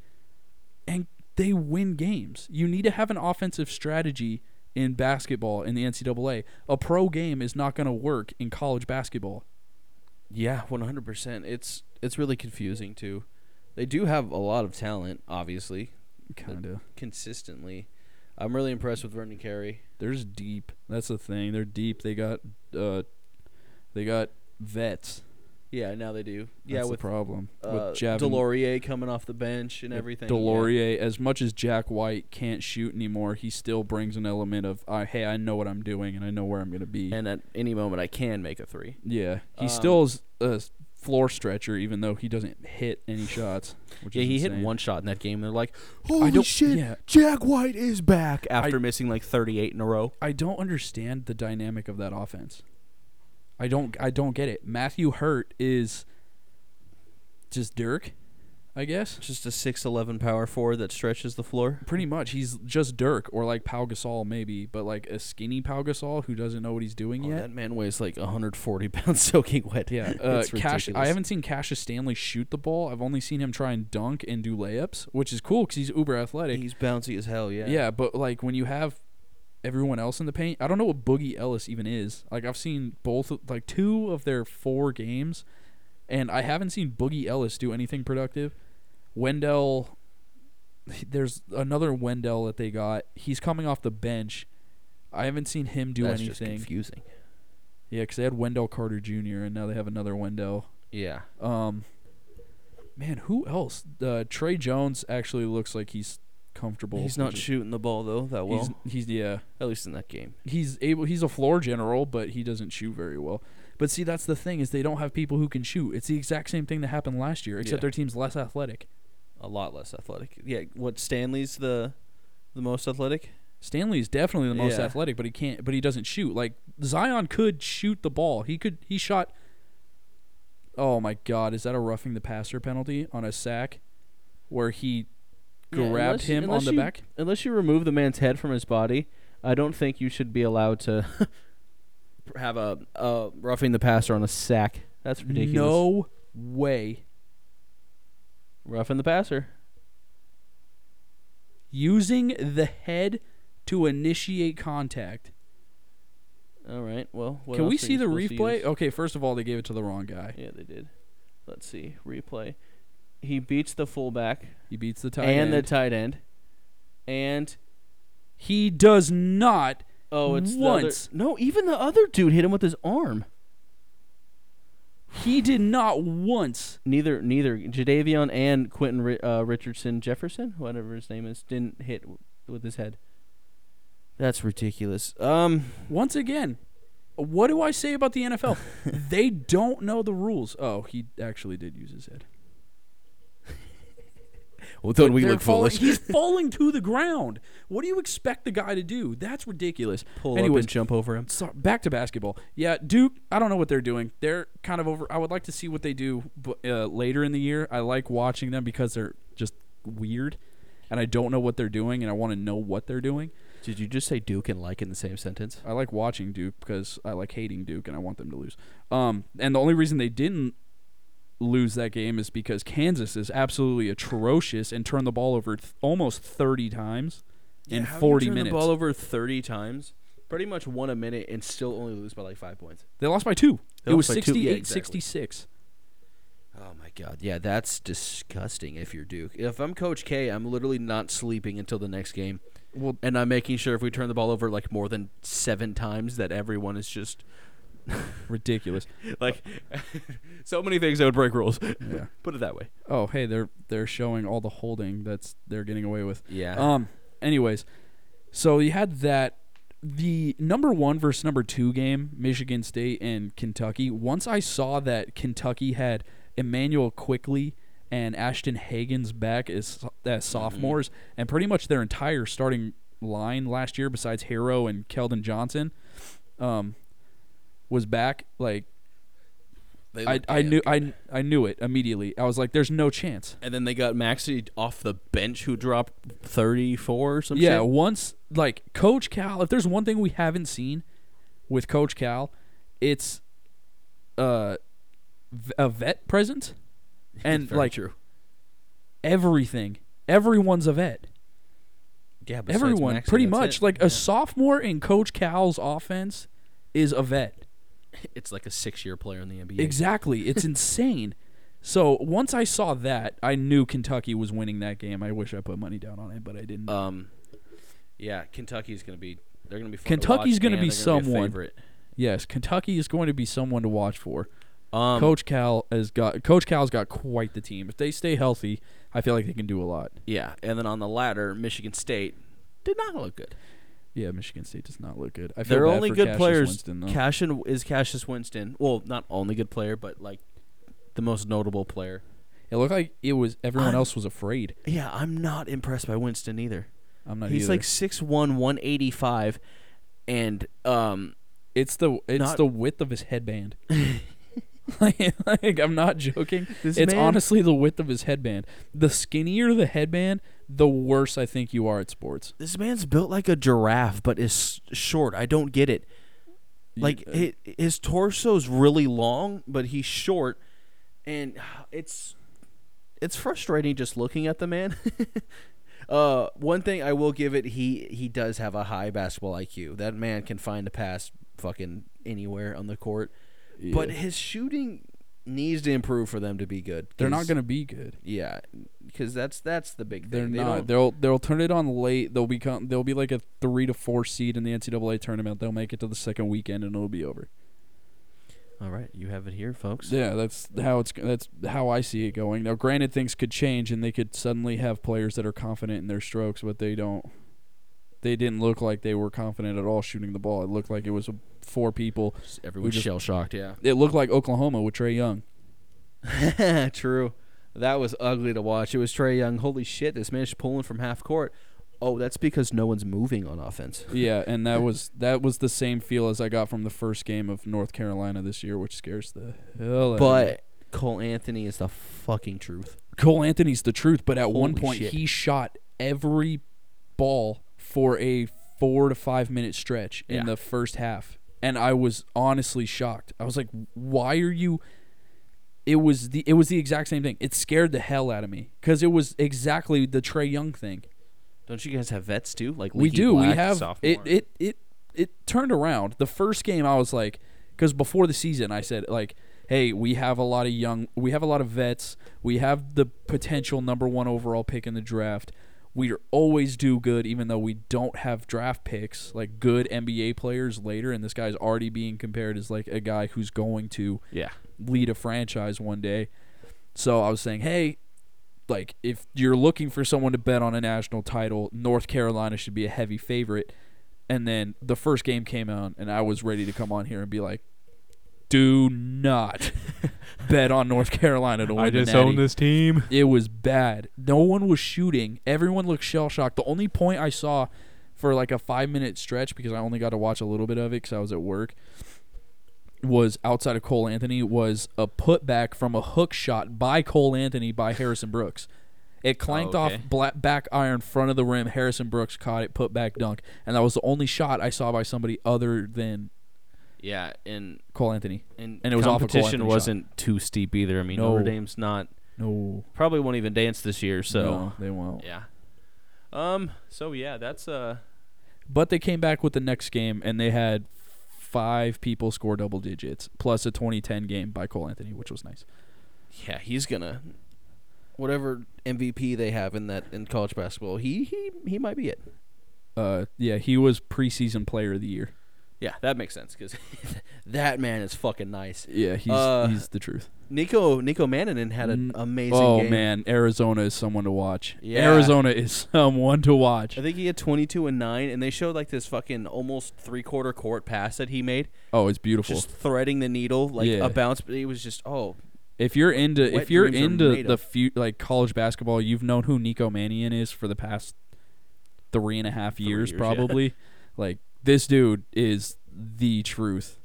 C: and they win games. You need to have an offensive strategy in basketball in the NCAA. A pro game is not going to work in college basketball.
A: Yeah, one hundred percent. It's it's really confusing too. They do have a lot of talent, obviously,
C: Kinda.
A: consistently. I'm really impressed with Vernon Carey.
C: They're just deep. That's the thing. They're deep. They got uh they got vets.
A: Yeah, now they do.
C: That's
A: yeah,
C: the
A: with
C: problem.
A: uh,
C: with Javon
A: Delorier coming off the bench and everything.
C: Delorier, as much as Jack White can't shoot anymore, he still brings an element of, I hey, I know what I'm doing and I know where I'm going to be.
A: yeah. and at any moment I can make a three.
C: yeah, he
A: Um,
C: still is a floor stretcher, even though he doesn't hit any shots. Which
B: Yeah,
C: is
B: he hit
C: insane.
B: one shot in that game. They're like,
C: I
B: "Holy
C: don't-
B: shit,
C: yeah.
B: Jack White is back!" After missing like 38 in a row.
C: I don't understand the dynamic of that offense. I don't. I don't get it. Matthew Hurt is just Dirk, I guess.
A: Just a six eleven power forward that stretches the floor.
C: Pretty much, he's just Dirk or like Pau Gasol maybe, but like a skinny Pau Gasol who doesn't know what he's doing
A: Oh,
C: yet.
A: that man weighs like 140 pounds soaking wet.
C: Yeah, uh,
A: It's
C: Cash. I
A: ridiculous.
C: haven't seen Cassius Stanley shoot the ball. I've only seen him try and dunk and do layups, which is cool because he's uber athletic.
A: He's bouncy as hell. Yeah.
C: yeah. but like when you have everyone else in the paint, I don't know what Boogie Ellis even is. Like I've seen both, like two of their four games, and I haven't seen Boogie Ellis do anything productive. Wendell, there's another Wendell that they got. He's coming off the bench. I haven't seen him do
A: That's just
C: anything.
A: confusing.
C: Yeah, because they had Wendell Carter Jr. and now they have another Wendell.
A: Yeah.
C: Um, man, who else? Uh, Trey Jones actually looks like he's comfortable.
A: He's not
C: which is-
A: shooting the ball though that well.
C: He's, he's yeah.
A: at least in that game.
C: He's able. He's a floor general, but he doesn't shoot very well. But see, that's the thing is they don't have people who can shoot. It's the exact same thing that happened last year, except
A: Yeah.
C: their team's less athletic.
A: a lot less athletic. Yeah, what Stanley's the the most athletic?
C: Stanley is definitely the most
A: Yeah.
C: athletic, but he can't. But he doesn't shoot. Like Zion could shoot the ball. He could. He shot. Oh my God! Is that a roughing the passer penalty on a sack, where he
D: Yeah, unless-
C: grabbed him
D: unless
C: on the
D: you-
C: back?
D: Unless you remove the man's head from his body, I don't think you should be allowed to have a uh, roughing the passer on a sack. That's ridiculous.
C: No way.
D: roughing the passer.
C: Using the head to initiate contact.
D: All right. Well, what
C: Can we
D: else are
C: see
D: you
C: the
D: supposed to
C: replay?
D: use?
C: Okay, first of all, they gave it to the wrong guy.
D: Yeah, they did. Let's see replay. He beats the fullback
C: He beats the tight
D: and
C: end.
D: the tight end, and
C: he does not.
D: oh, it's
C: Once.
D: The other, no, even the other dude hit him with his arm.
C: He did not once.
D: Neither, neither Jadavion and Quentin Ri- uh, Richardson Jefferson, whatever his name is, didn't hit w- with his head. That's ridiculous. Um,
C: Once again, what do I say about the NFL? they don't know the rules. Oh, he actually did use his head.
A: Well, don't
C: But
A: we
C: they're
A: look
C: falling-
A: foolish?
C: He's falling to the ground. What do you expect the guy to do? That's ridiculous.
D: pull up
C: Anyways,
D: and jump over him.
C: so- back to basketball. Yeah, Duke. I don't know what they're doing. They're kind of over. I would like to see what they do but, uh, later in the year. I like watching them because they're just weird, and I don't know what they're doing, and I want to know what they're doing.
A: Did you just say Duke and like in the same sentence?
C: I like watching Duke because I like hating Duke and I want them to lose. Um, and the only reason they didn't lose that game is because Kansas is absolutely atrocious and turned the ball over th- almost 30 times in 40 minutes.
D: the ball over thirty times, pretty much one a minute, and still only lose by like five points.
C: they lost by two.
D: They
C: it was
D: lost by two. Yeah,
C: 68
D: exactly.
C: 66.
A: Oh my god. Yeah, that's disgusting if you're Duke. If I'm Coach K, I'm literally not sleeping until the next game.
C: Well,
A: And I'm making sure if we turn the ball over like more than seven times that everyone is just
C: ridiculous.
A: like so many things that would break rules.
C: Yeah.
A: Put it that way.
C: Oh, hey, they're they're showing all the holding that's they're getting away with.
A: Yeah.
C: Um. Anyways, so you had that the number one versus number two game, Michigan State and Kentucky. Once I saw that Kentucky had Emmanuel quickly and Ashton Hagens back as as sophomores, and pretty much their entire starting line last year, besides Harrow and Keldon Johnson, um, was back. Like
A: They
C: I,
A: look
C: I
A: damn
C: knew
A: good.
C: I I knew it immediately. I was like, "There's no chance."
A: and then they got Maxie off the bench who dropped 34 or some
C: yeah,
A: shit.
C: once like Coach Cal, if there's one thing we haven't seen with Coach Cal, it's uh v- a vet presence and
A: Very
C: like
A: true.
C: everything. Everyone's a vet.
A: Yeah,
C: Everyone, pretty much. Like uh, a sophomore in Coach Cal's offense is a vet.
A: it's like a 6-year player in the NBA.
C: Exactly. It's insane. So once I saw that, I knew Kentucky was winning that game. I wish I put money down on it, but I didn't.
A: Um, yeah, Kentucky's gonna be. They're gonna be. Fun to
C: Kentucky's
A: watch,
C: gonna
A: and
C: be
A: they're gonna
C: someone.
A: a favorite.
C: yes, Kentucky is going to be someone to watch for.
A: um,
C: Coach Cal has got Coach Cal's got quite the team. If they stay healthy, I feel like they can do a lot.
A: yeah, and then on the ladder, Michigan State did not look good.
C: Yeah, Michigan State does not look good. I feel
A: Their
C: bad
A: only
C: for
A: good
C: Cassius
A: players,
C: Winston, though.
A: Cashin is Cassius Winston. Well, not only good player, but like the most notable player.
C: it looked like it was everyone
A: I'm-
C: else was afraid.
A: Yeah, I'm not impressed by Winston either.
C: I'm not.
A: He's
C: either.
A: like 6'1", 185, and um,
C: it's the it's
A: not-
C: the width of his headband. like, like, I'm not joking.
A: This
C: it's
A: man-
C: honestly the width of his headband. The skinnier the headband, the worse I think you are at sports.
A: this man's built like a giraffe, but is short. I don't get it. Like
C: You- uh,
A: hi his torso's really long, but he's short, and it's it's frustrating just looking at the man. uh, one thing I will give it, he he does have a high basketball IQ. That man can find a pass fucking anywhere on the court,
C: yeah.
A: but his shooting needs to improve for them to be good.
C: they're not
A: 'cause-
C: gonna be good.
A: yeah, because that's that's the big thing.
C: They're
A: They
C: not.
A: don't-
C: They'll they'll turn it on late. They'll become. They'll be like a three to four seed in the NCAA tournament. They'll make it to the second weekend and it'll be over.
A: All right, you have it here, folks.
C: Yeah, that's how it's. That's how I see it going. Now, granted, things could change and they could suddenly have players that are confident in their strokes, but they don't. They didn't look like they were confident at all shooting the ball. It looked like it was four people.
A: Just Everyone's
C: just-
A: shell shocked. Yeah.
C: It looked like Oklahoma with Trey Young.
A: True. That was ugly to watch. It was Trey Young. Holy shit, this man's pulling from half court. Oh, that's because no one's moving on offense.
C: Yeah, and that was that was the same feel as I got from the first game of North Carolina this year, which scares the hell. out of me.
A: But Cole Anthony is the fucking truth.
C: Cole Anthony's the truth, but at one
A: Holy
C: point
A: shit.
C: he shot every ball for a four to five minute stretch in
A: Yeah.
C: the first half. And I was honestly shocked. I was like, why are you it was the it was the exact same thing. It scared the hell out of me. Because it was exactly the Trey Young thing.
A: Don't you guys have vets too? Like
C: we
A: Leaky
C: do. We
A: Black,
C: have
A: sophomore.
C: it, it. It it turned around. The first game, I was like, because before the season, I said like, hey, we have a lot of young, we have a lot of vets, we have the potential number one overall pick in the draft. We are always do good, even though we don't have draft picks like good NBA players later. And this guy's already being compared as like a guy who's going to
A: yeah.
C: lead a franchise one day. So I was saying, hey, like if you're looking for someone to bet on a national title, North Carolina should be a heavy favorite. And then the first game came out, and I was ready to come on here and be like, do not bet on North Carolina to win.
B: I
C: the
B: disown
C: Natty."
B: this team.
C: It was bad. No one was shooting. Everyone looked shell shocked. The only point I saw for like a five minute stretch because I only got to watch a little bit of it because I was at work was outside of Cole Anthony was a putback from a hook shot by Cole Anthony by Harrison Brooks. It clanked
B: okay.
C: off black back iron front of the rim. Harrison Brooks caught it, put back dunk, and that was the only shot I saw by somebody other than
A: Yeah, and
C: Cole Anthony.
A: and,
C: And it was off a Cole
A: competition
C: Anthony shot.
A: wasn't too steep either. I mean,
C: No.
A: Notre Dame's not
C: No,
A: probably won't even dance this year, so
C: no, they won't.
A: yeah. Um so yeah, that's uh
C: But they came back with the next game and they had five people score double digits plus a 2010 game by Cole Anthony, which was nice.
A: yeah, he's going to whatever MVP they have in that in college basketball, he he he might be it.
C: Uh, yeah, he was preseason player of the year.
A: Yeah, that makes sense cuz that man is fucking nice.
C: Yeah, he's
A: Uh,
C: he's the truth.
A: Nico Nico Mannanen had an
C: Mm.
A: amazing
C: Oh
A: game.
C: man, Arizona is someone to watch.
A: Yeah.
C: Arizona is someone to watch.
A: I think he had 22 and 9 and they showed like this fucking almost three-quarter court pass that he made
C: Oh, it's beautiful.
A: just threading the needle like
C: Yeah.
A: a bounce but he was just oh
C: if you're into
A: Wet
C: if you're
A: dreams are
C: into
A: made
C: the
A: of-
C: few like college basketball, you've known who Nico Mannion is for the past three and a half
A: years,
C: years,
A: yeah.
C: probably. Like this dude is the truth.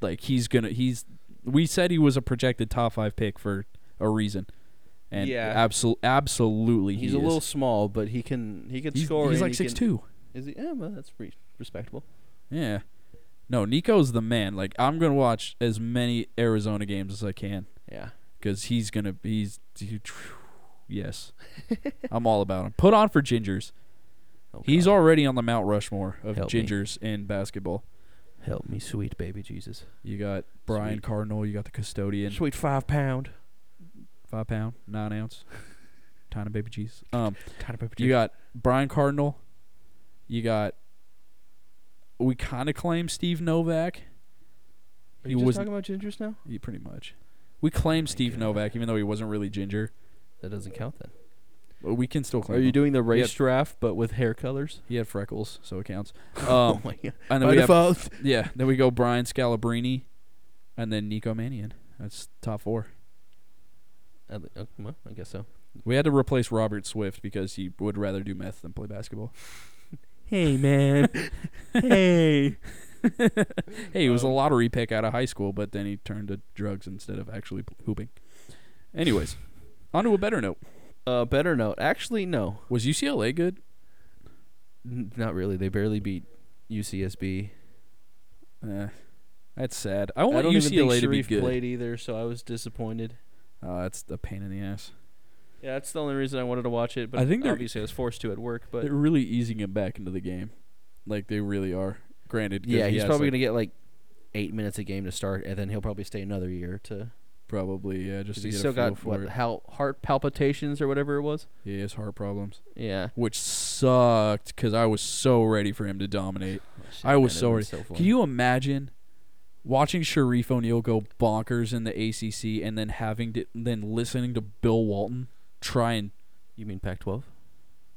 C: Like he's gonna he's we said he was a projected top five pick for a reason. And
A: Yeah.
C: absol- absolutely
A: He's
C: he
A: a
C: is.
A: little small, but he can he can
C: he's,
A: score. and
C: he's like
A: he
C: six
A: can-
C: two.
A: Is he? Yeah, well, that's re- respectable.
C: Yeah. No, Nico's the man. Like I'm gonna watch as many Arizona games as I can.
A: Yeah.
C: because he's gonna he's he- yes i'm all about him put on for gingers
A: Oh,
C: he's
A: God.
C: already on the mount rushmore of
A: Help me.
C: gingers in basketball
A: help me, sweet baby Jesus.
C: you got brian
A: Sweet.
C: cardinal you got the custodian
A: Sweet five pound.
C: five pound nine ounce tiny baby cheese um
A: Tiny baby
C: you got brian cardinal you got we kind of claim steve novak
A: Are
C: he
A: you just
C: was-
A: talking about gingers now?
C: he pretty much we claim steve
A: God.
C: novak even though he wasn't really ginger
A: That doesn't count then.
C: but we can still claim
A: Are you
C: him.
A: doing the race
C: Yep.
A: draft but with hair colors?
C: he had freckles so it counts um
A: oh my god!
C: and then
A: By
C: we have
A: default.
C: Yeah, then we go Brian Scalabrine, and then Nico Mannion. That's top four.
A: I thi- oh, well, I guess so.
C: We had to replace Robert Swift because he would rather do meth than play basketball.
B: Hey man. hey.
C: Hey, he was a lottery pick out of high school, but then he turned to drugs instead of actually p- hooping. Anyways, on to a better note.
A: Uh, better note. Actually, no,
C: Was UCLA good?
A: N- not really. They barely beat UCSB.
C: Eh, that's sad. I want
A: I don't even
C: UCLA
A: think
C: to be
A: Sharif
C: good.
A: played either, so I was disappointed.
C: Oh, that's a pain in the ass.
A: Yeah, that's the only reason I wanted to watch it. But
C: I think they're-
A: obviously I was forced to at work. But
C: They're really easing him back into the game, like they really are. Granted, 'cause
A: Yeah,
C: he
A: he's
C: has,
A: probably
C: like,
A: gonna get like eight minutes a game to start, and then he'll probably stay another year to.
C: probably yeah,
A: Because
C: just to
A: he's
C: get
A: still
C: a feel
A: got
C: for
A: what
C: it.
A: how, heart palpitations or whatever it was.
C: Yeah, he has heart problems.
A: Yeah,
C: which sucked because I was so ready for him to dominate. Oh, I was so ready. Can you imagine watching Sharif O'Neal go bonkers in the ACC and then having to then listening to Bill Walton try and
A: You mean Pac-12,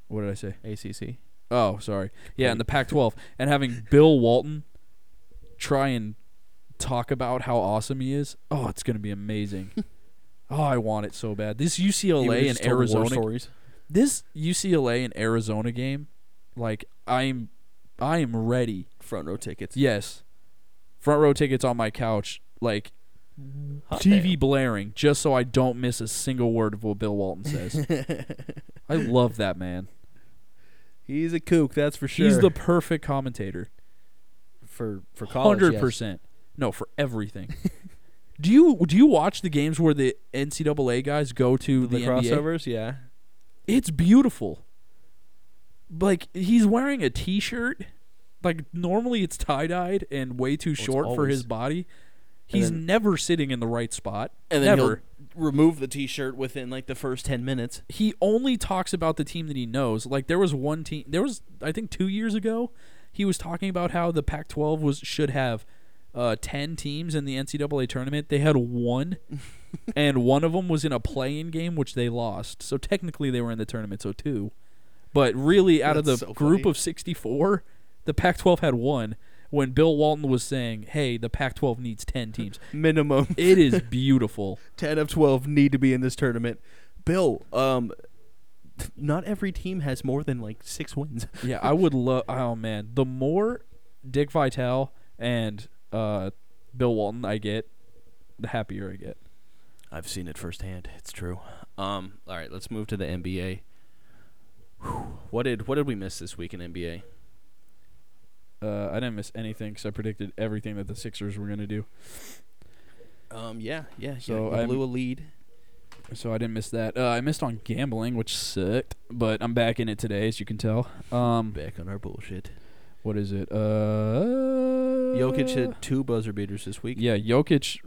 C: what did I say?
A: ACC?
C: Oh, sorry. Yeah, in the Pac-12 and having Bill Walton try and talk about how awesome he is. Oh, it's gonna be amazing. oh, I want it so bad. This UCLA and Arizona
A: stories.
C: this UCLA and Arizona game Like I'm, I am ready.
A: Front row tickets.
C: Yes, front row tickets on my couch, like TV blaring, just so I don't miss a single word of what Bill Walton says. I love that man.
A: He's a kook, that's for sure.
C: He's the perfect commentator.
A: for for college.
C: Hundred
A: yes.
C: percent. No, for everything. do you do you watch the games where the NCAA guys go to
A: The,
C: the, NBA?
A: crossovers, yeah.
C: It's beautiful. Like he's wearing a t-shirt. Like normally it's tie-dyed and way too short for
A: always-
C: his body. He's
A: then-
C: never sitting in the right spot.
A: And then
C: never.
A: he'll remove the T-shirt within like the first ten minutes.
C: He only talks about the team that he knows. Like there was one team. There was I think two years ago, he was talking about how the Pac-12 was should have uh, ten teams in the NCAA tournament. They had one, and one of them was in a play-in game which they lost. So technically they were in the tournament. So two, but really out of the
A: That's so
C: group
A: funny.
C: of sixty-four, the Pac-12 had one. When Bill Walton was saying, "Hey, the Pac-12 needs ten teams,"
A: Minimum
C: it is beautiful.
A: ten of twelve need to be in this tournament. Bill, um, not every team has more than like six wins.
C: Yeah, I would love. Oh man, the more Dick Vitale and uh, Bill Walton I get, the happier I get.
A: I've seen it firsthand. It's true. Um, all right, let's move to the NBA. Whew. What did what did we miss this week in NBA?
C: Uh, I didn't miss anything because I predicted everything that the Sixers were gonna do,
A: Um, yeah, yeah.
C: So
A: yeah, you
C: I'm-
A: blew a lead.
C: so I didn't miss that. Uh, I missed on gambling, which sucked, but I'm back in it today, as you can tell. Um,
A: Back on our bullshit.
C: what is it? Uh,
A: Jokic had two buzzer beaters this week.
C: Yeah, Jokic.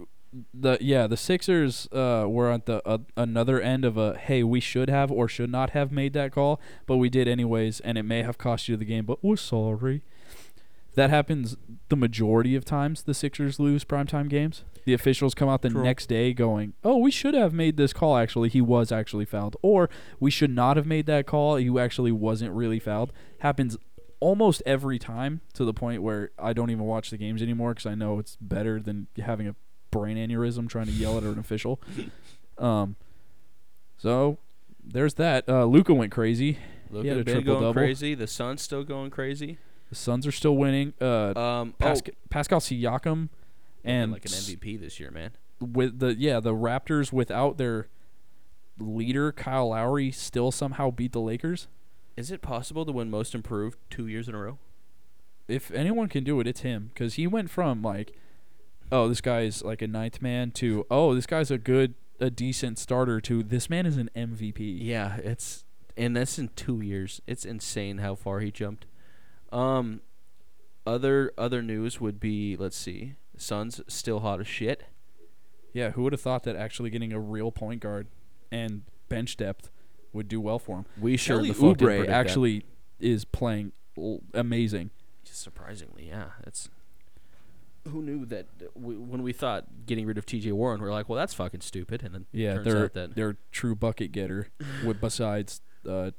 C: The yeah, the Sixers uh, were at the uh, another end of a hey, we should have or should not have made that call, but we did anyways, and it may have cost you the game, but we're sorry. That happens the majority of times. The Sixers lose primetime games. The officials come out the
A: True.
C: next day going, "Oh, we should have made this call. Actually, he was actually fouled, or we should not have made that call. He actually wasn't really fouled." Happens almost every time to the point where I don't even watch the games anymore because I know it's better than having a brain aneurysm trying to yell at an official. Um, so there's that. Uh, Luca went crazy.
A: Look
C: He had
A: at
C: a
A: Ben
C: triple-double.
A: going crazy. The Suns still going crazy.
C: The Suns are still winning. Uh,
A: Um, oh,
C: Pasc- Pascal Siakam
A: and
C: and
A: like an MVP this year, man.
C: with the yeah the Raptors without their leader Kyle Lowry still somehow beat the Lakers.
A: Is it possible to win Most Improved two years in a row?
C: If anyone can do it, it's him because he went from like, oh this guy's like a ninth man to oh this guy's a good a decent starter to this man is an MVP.
A: Yeah, it's and that's in two years. It's insane how far he jumped. Um, other other news would be let's see, Suns still hot as shit.
C: Yeah, who would have thought that actually getting a real point guard and bench depth would do well for him?
A: We sure
C: Kelly
A: the fuck did
C: Oubre actually is playing l- amazing.
A: surprisingly, yeah, it's. Who knew that w- when we thought getting rid of T.J. Warren, we are like, well, that's fucking stupid, and then
C: Yeah,
A: turns
C: they're
A: out that
C: they're a true bucket getter. with besides uh,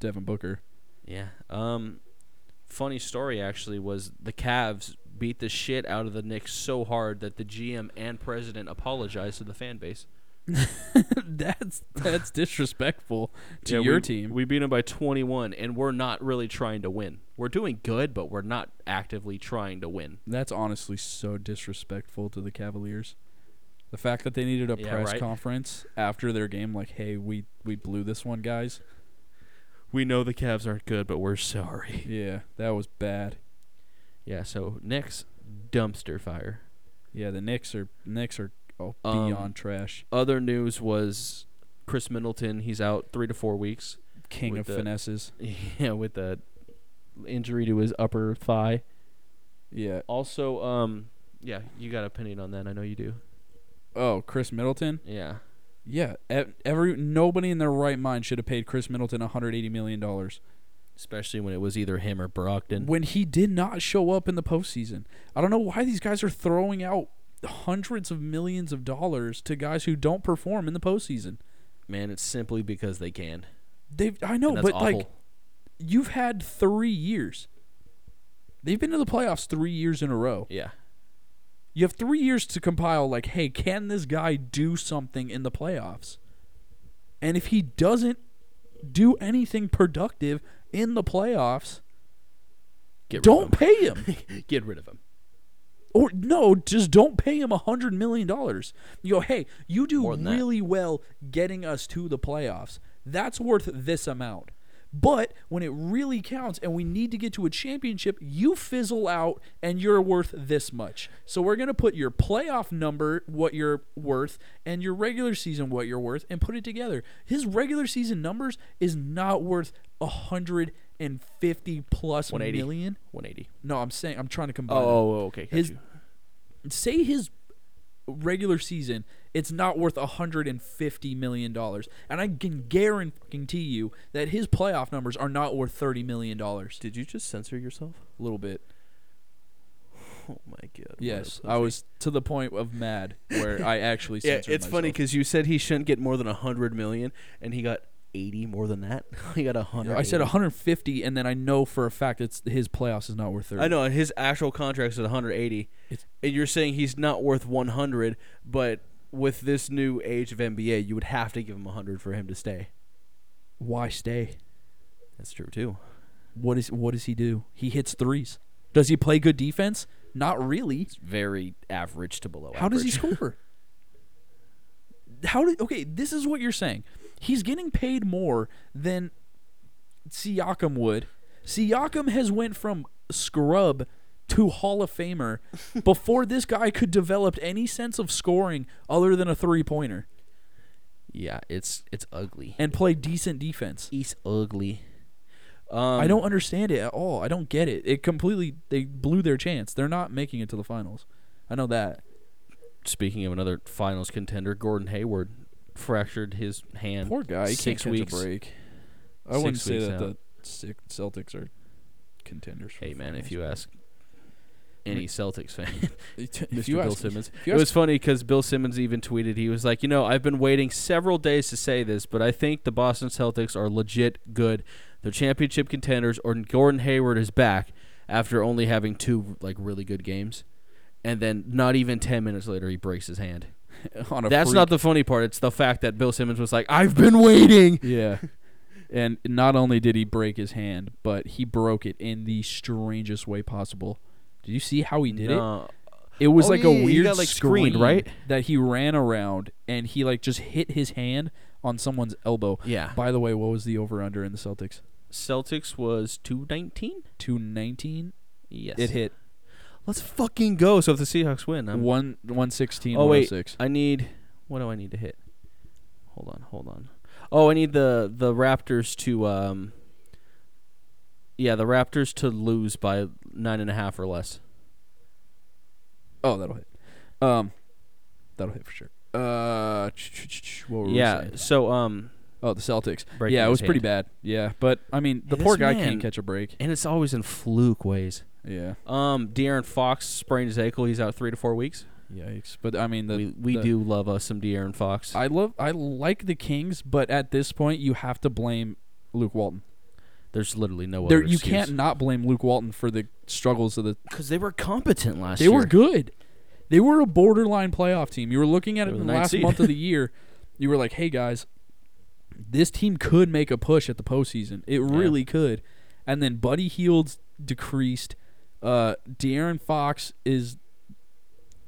C: Devin Booker,
A: Yeah. Um, funny story actually was the Cavs beat the shit out of the Knicks so hard that the GM and president apologized to the fan base.
C: that's that's disrespectful to
A: Yeah,
C: your
A: we-
C: team.
A: We beat them by 21, and we're not really trying to win. We're doing good, but we're not actively trying to win.
C: that's honestly so disrespectful to the Cavaliers. The fact that they needed a
A: Yeah,
C: press
A: right.
C: conference after their game, like, "Hey, we we blew this one, guys."
A: We know the Cavs aren't good, but we're sorry.
C: Yeah, that was bad.
A: Yeah. So Knicks dumpster fire.
C: Yeah, the Knicks are Knicks are oh,
A: Um,
C: beyond trash.
A: Other news was Chris Middleton. He's out three to four weeks.
C: King
A: with
C: of
A: the-
C: finesses.
A: Yeah, with a injury to his upper thigh.
C: Yeah.
A: Also, um, yeah, you got an opinion on that? I know you do.
C: Oh, Chris Middleton.
A: Yeah,
C: Yeah, ev- every nobody in their right mind should have paid Chris Middleton 180 million dollars.
A: especially when it was either him or Brockton.
C: when he did not show up in the postseason. I don't know why these guys are throwing out hundreds of millions of dollars to guys who don't perform in the postseason.
A: Man, it's simply because they can.
C: They've I know,
A: and that's
C: but
A: awful.
C: like you've had three years. They've been to the playoffs three years in a row.
A: yeah,
C: You have three years to compile, like, hey, can this guy do something in the playoffs? And if he doesn't, do anything productive in the playoffs,
A: Get rid
C: don't
A: of
C: pay him.
A: him. Get rid of him.
C: Or no, just don't pay him a hundred million dollars. You go, hey, you do
A: More than that.
C: really well getting us to the playoffs. That's worth this amount. But when it really counts and we need to get to a championship, you fizzle out and you're worth this much. So we're gonna put your playoff number, what you're worth, and your regular season what you're worth, and put it together. His regular season numbers is not worth a hundred and fifty plus
A: 180.
C: million.
A: 180.
C: No, I'm saying I'm trying to combine. them
A: Oh, okay. got
C: his
A: you.
C: say his regular season it's not worth 150 million dollars and i can guarantee you that his playoff numbers are not worth 30 million dollars
A: Did you just censor yourself?
C: a little bit
A: Oh my god. what a
C: yes
A: pussy.
C: i was to the point of mad where i actually
A: Yeah,
C: censored
A: it's funny
C: myself.
A: because you said he shouldn't get more than 100 million, and he got 80 more than that. he got 100.
C: i said 150 and then i know for a fact it's his playoffs is not worth 30
A: I know his actual contract's at 180,
C: It's-
A: and you're saying he's not worth 100, but with this new age of NBA, you would have to give him 100 for him to stay.
C: why stay
A: That's true too.
C: what is what does he do he hits threes does he play good defense not really
A: It's very average to below
C: How does he
A: average.
C: score? How do okay? This is what you're saying. He's getting paid more than Siakam would. Siakam has went from scrub to Hall of Famer before this guy could develop any sense of scoring other than a three pointer
A: Yeah, it's it's ugly.
C: and play decent defense.
A: He's ugly. Um,
C: I don't understand it at all. I don't get it. It completely they blew their chance. They're not making it to the finals. I know that.
A: Speaking of another finals contender, Gordon Hayward fractured his hand.
C: Poor guy. He
A: Six
C: can't
A: weeks.
C: Catch a break. I
A: Six
C: wouldn't say
A: weeks
C: that
A: out.
C: the Cel- Celtics are contenders. For
A: Hey man, if
C: finals,
A: you
C: but-
A: ask any Celtics fan,
C: if
A: Mr.
C: you
A: Bill
C: ask,
A: Simmons,
C: if
A: it
C: you
A: was
C: ask-
A: funny because Bill Simmons even tweeted he was like, you know, I've been waiting several days to say this, but I think the Boston Celtics are legit good. They're championship contenders, or Gordon Hayward is back after only having two like really good games, and then not even ten minutes later he breaks his hand.
C: on a
A: That's
C: freak-
A: not the funny part. It's the fact that Bill Simmons was like, I've been waiting.
C: yeah. And not only did he break his hand, but he broke it in the strangest way possible. Did you see how he did it?
A: No.
C: It was
A: Oh,
C: like
A: yeah,
C: a
A: yeah, he
C: weird
A: got, like,
C: screen,
A: screened, right?
C: That he ran around and he like just hit his hand on someone's elbow.
A: Yeah.
C: By the way, what was the over under in the Celtics?
A: Celtics was two nineteen.
C: Two nineteen.
A: Yes.
C: It hit
A: Let's fucking go. So if the Seahawks win, I'm
C: one one sixteen.
A: Oh, wait.
C: 106.
A: I need. What do I need to hit? Hold on, hold on. Oh, I need the the Raptors to. Um, yeah, the Raptors to lose by nine and a half or less.
C: Oh, that'll hit. Um, that'll hit for sure. Uh, ch- ch- ch- ch- what were we
A: yeah.
C: saying?
A: So um,
C: Oh, the Celtics.
A: Breaking
C: yeah, it
A: his
C: was pretty
A: hand.
C: bad. Yeah, but I mean, the
A: Hey,
C: poor
A: this
C: guy
A: man-
C: can't catch a break.
A: and it's always in fluke ways.
C: Yeah.
A: Um, De'Aaron Fox sprained his ankle. He's out three to four weeks.
C: Yikes. But I mean, the
A: we we
C: the-
A: do love us some De'Aaron Fox.
C: I love. I like the Kings, but at this point, you have to blame Luke Walton.
A: There's literally no
C: There,
A: other.
C: you can't not blame Luke Walton for the struggles of the.
A: because they were competent last
C: They
A: year.
C: were good. They were a borderline playoff team. You were looking at
A: They
C: it
A: were
C: in
A: the
C: the
A: ninth
C: last
A: seed.
C: month of the year. You were like, "Hey guys, this team could make a push at the postseason. It really could." And then Buddy Heald's decreased. Uh, De'Aaron Fox is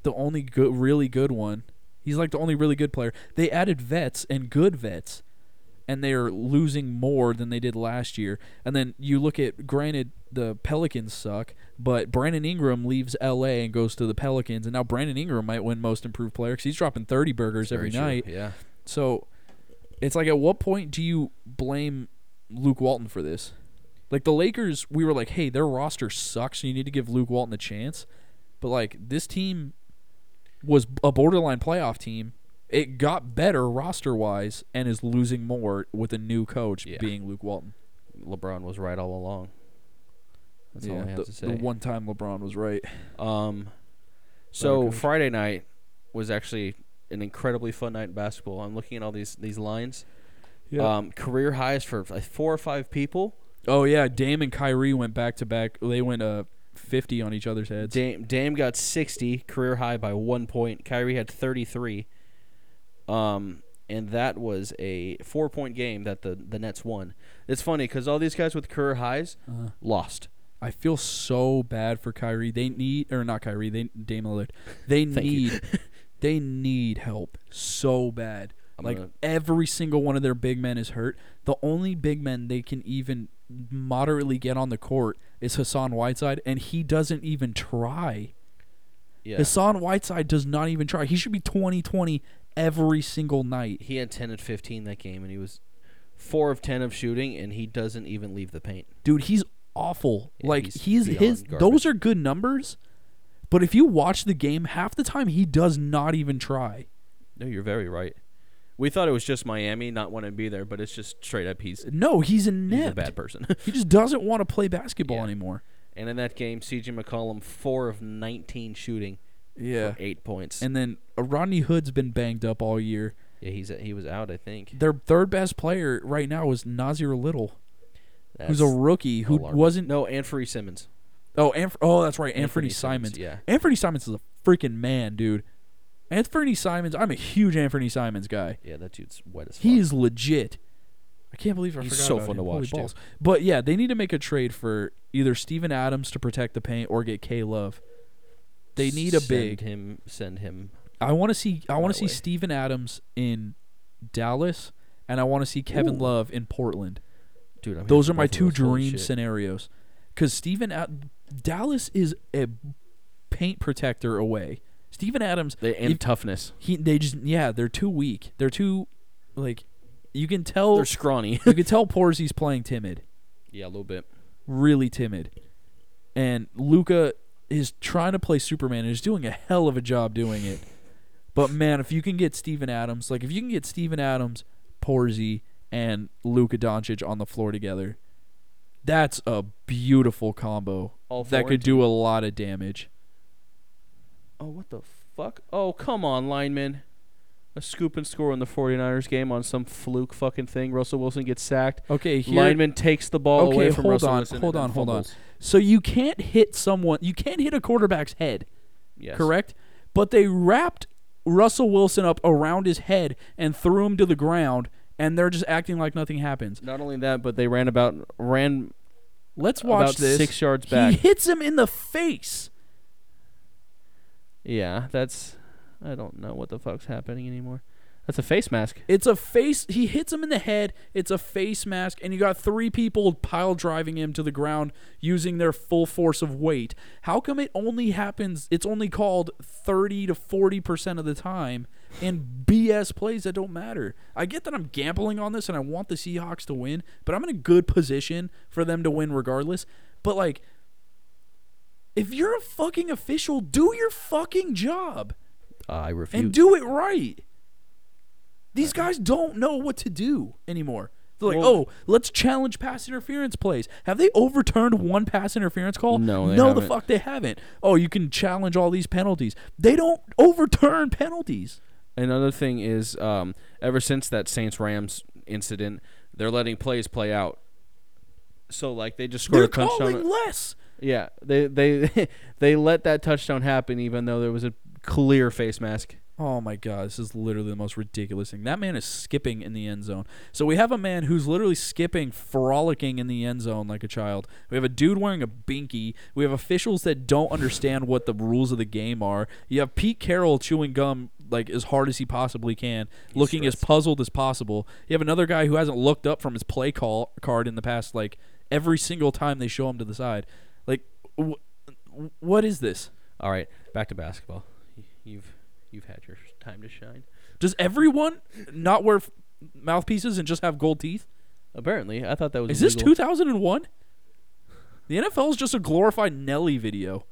C: the only good, really good one. He's like the only really good player. They added vets and good vets, and they are losing more than they did last year. And then you look at, granted, the Pelicans suck, but Brandon Ingram leaves L.A. and goes to the Pelicans, and now Brandon Ingram might win Most Improved Player because he's dropping thirty burgers every night.
A: Yeah.
C: So it's like, at what point do you blame Luke Walton for this? Like the Lakers, we were like, hey, their roster sucks. So you need to give Luke Walton a chance. But like this team was a borderline playoff team. It got better roster wise and is losing more with a new coach
A: Yeah.
C: being Luke Walton.
A: LeBron was right all along. That's all I have
C: the,
A: to say.
C: the one time LeBron was right.
A: Um, so
C: coach.
A: Friday night was actually an incredibly fun night in basketball. I'm looking at all these these lines.
C: Yeah.
A: Um, career highs for like, four or five people.
C: Oh yeah, Dame and Kyrie went back to back. They went uh fifty on each other's heads.
A: Dame Dame got 60, career high by one point. Kyrie had 33. Um, and that was a four point game that the the Nets won. It's funny because all these guys with career highs
C: Uh-huh.
A: lost.
C: I feel so bad for Kyrie. They need or not Kyrie. They Dame Lillard. They need they need help so bad.
A: I'm
C: like
A: gonna-
C: every single one of their big men is hurt. The only big men they can even moderately get on the court is Hassan Whiteside, and he doesn't even try.
A: Yeah,
C: Hassan Whiteside does not even try. He should be 20-20 every single night.
A: he had ten and fifteen that game, and he was four of ten of shooting, and he doesn't even leave the paint.
C: dude he's awful
A: Yeah,
C: like
A: he's
C: he's,
A: beyond
C: his
A: garbage.
C: those are good numbers but if you watch the game half the time he does not even try
A: No, you're very right. We thought it was just Miami not wanting to be there, but it's just straight up he's,
C: no he's a
A: he's a
C: net
A: bad person.
C: he just doesn't want to play basketball
A: Yeah.
C: anymore
A: and in that game, CJ McCollum four of nineteen shooting,
C: yeah
A: for eight points.
C: and then uh, Rodney Hood's been banged up all year.
A: yeah, he's he was out, I think.
C: Their third best player right now is Nazir Little, who's a
A: That's
C: rookie who
A: alarming.
C: wasn't.
A: no and Free Simmons.
C: Oh, Anf- oh, that's right, Anthony,
A: Simmons,
C: Simons.
A: yeah.
C: Anthony Simons is a freaking man, dude. Anthony Simons, I'm a huge Anthony Simons guy.
A: Yeah, that dude's wet as fuck.
C: He is legit. I can't believe I
A: He's
C: forgot
A: so
C: about
A: fun to
C: him. Holy
A: watch, too.
C: balls. But yeah, they need to make a trade for either Steven Adams to protect the paint or get K Love. They need a
A: Send
C: big.
A: him. Send him.
C: I want to see. I
A: that
C: want to see
A: way.
C: Steven Adams in Dallas, and I want to see Kevin Love in Portland.
A: Dude, I'm here
C: Those
A: for
C: are my
A: both of
C: two
A: those. Holy
C: dream
A: shit.
C: scenarios. Because Steven Ad- Dallas is a paint protector away. Steven Adams
A: They, and
C: if-
A: toughness.
C: he they just yeah they're too weak they're too like you can tell
A: They're scrawny.
C: you can tell Porzi's playing timid
A: yeah, a little bit.
C: really timid and Luca is trying to play Superman and is doing a hell of a job doing it but man if you can get Steven Adams like if you can get Steven Adams Porzi and Luka Doncic on the floor together that's a beautiful combo
A: All
C: that
A: four
C: could do a lot of damage
A: Oh, what the fuck? Oh, come on, lineman. A scoop and score in the 49ers game on some fluke fucking thing. Russell Wilson gets sacked.
C: okay here
A: Lineman takes the ball
C: Okay,
A: away from
C: hold
A: Russell
C: on,
A: Wilson.
C: hold
A: and
C: on,
A: then
C: hold on.
A: fumbles.
C: so you can't hit someone you can't hit a quarterback's head
A: Yes.
C: correct? But they wrapped Russell Wilson up around his head and threw him to the ground, and they're just acting like nothing happens.
A: Not only that, but they ran about ran
C: Let's watch
A: about
C: this.
A: six yards
C: he
A: back.
C: hits him in the face.
A: yeah, that's. I don't know what the fuck's happening anymore. That's a face mask.
C: It's a face. He hits him in the head. It's a face mask, and you got three people pile driving him to the ground using their full force of weight. How come it only happens? It's only called thirty to forty percent of the time, and BS plays that don't matter. I get that I'm gambling on this, and I want the Seahawks to win, but I'm in a good position for them to win regardless. But like, if you're a fucking official, do your fucking job
A: I refuse.
C: and do it right. These guys don't know what to do anymore. They're like,
A: Well-
C: oh, let's challenge pass interference plays. Have they overturned one pass interference call?
A: No, they
C: no, the
A: haven't.
C: fuck they haven't. Oh, you can challenge all these penalties. They don't overturn penalties.
A: Another thing is, um, ever since that Saints Rams incident, they're letting plays play out. So like they just scored
C: They're
A: a touchdown.
C: calling less.
A: yeah, they they they let that touchdown happen even though there was a clear face mask.
C: Oh my god, this is literally the most ridiculous thing. That man is skipping in the end zone. So we have a man who's literally skipping, frolicking in the end zone like a child. We have a dude wearing a binky. We have officials that don't understand what the rules of the game are. You have Pete Carroll chewing gum like as hard as he possibly can, looking as puzzled as possible. You have another guy who hasn't looked up from his play call card in the past like every single time they show him to the side. Like wh- what is this?
A: All right, back to basketball. Y- You've you've had your time to shine.
C: Does everyone not wear f- mouthpieces and just have gold teeth?
A: Apparently, I thought that was
C: Is this
A: illegal.
C: 2001? The NFL is just a glorified Nelly video.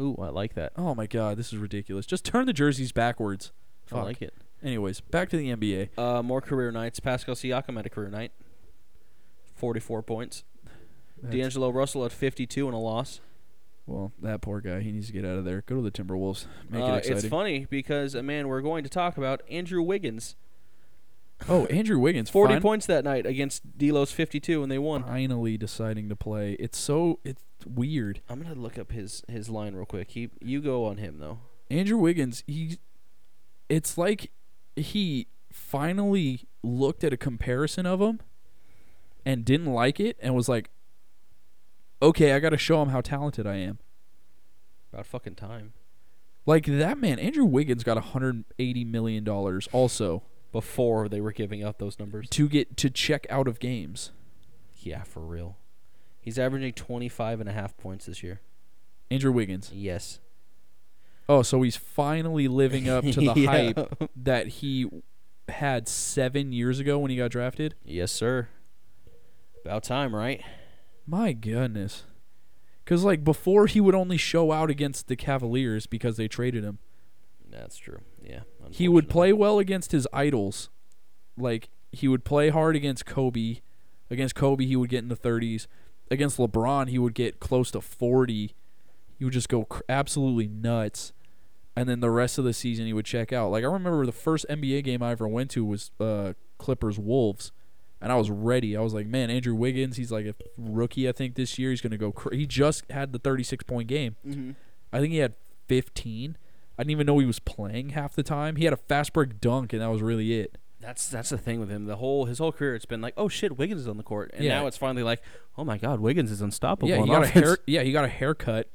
A: Ooh, I like that.
C: Oh my god, this is ridiculous. Just turn the jerseys backwards.
A: I
C: Fuck.
A: like it.
C: Anyways, back to the NBA.
A: Uh, more career nights. Pascal Siakam had a career night. Forty-four points. D'Angelo Russell had fifty-two and a loss.
C: Well, that poor guy, he needs to get out of there. Go to the Timberwolves. Make
A: Uh,
C: it exciting.
A: It's funny because a man we're going to talk about, Andrew Wiggins,
C: Oh, Andrew Wiggins,
A: forty
C: fin-
A: points that night against D'Lo's fifty-two, and they won.
C: finally deciding to play. It's so it's weird.
A: I'm gonna look up his his line real quick. He, you go on him though.
C: Andrew Wiggins, he it's like he finally looked at a comparison of them and didn't like it and was like, okay, I got to show him how talented I am.
A: About fucking time.
C: Like that man, Andrew Wiggins got 180 million dollars also
A: Before they were giving out those numbers.
C: to get to check out of games.
A: Yeah, for real. He's averaging 25 and a half points this year.
C: Andrew Wiggins.
A: Yes.
C: Oh, so he's finally living up to the
A: Yeah.
C: hype that he had 7 years ago when he got drafted.
A: Yes, sir. About time, right?
C: My goodness. Cuz like before he would only show out against the Cavaliers because they traded him.
A: That's true. Yeah.
C: He would
A: unfortunately.
C: play well against his idols. Like he would play hard against Kobe. Against Kobe he would get in the 30s. Against LeBron he would get close to 40. He would just go cr- absolutely nuts. And then the rest of the season he would check out. Like I remember the first NBA game I ever went to was uh Clippers Wolves. And I was ready. I was like, man, Andrew Wiggins, he's like a rookie, I think, this year. He's going to go. Cr-. He just had the 36 point game.
A: Mm-hmm.
C: I think he had 15. I didn't even know he was playing half the time. He had a fast break dunk, and that was really it.
A: That's that's the thing with him. The whole his whole career, it's been like, oh shit, Wiggins is on the court, and
C: Yeah.
A: now it's finally like, oh my god, Wiggins is unstoppable.
C: yeah,
A: on
C: he got
A: offense.
C: a hair. Yeah, he got a haircut,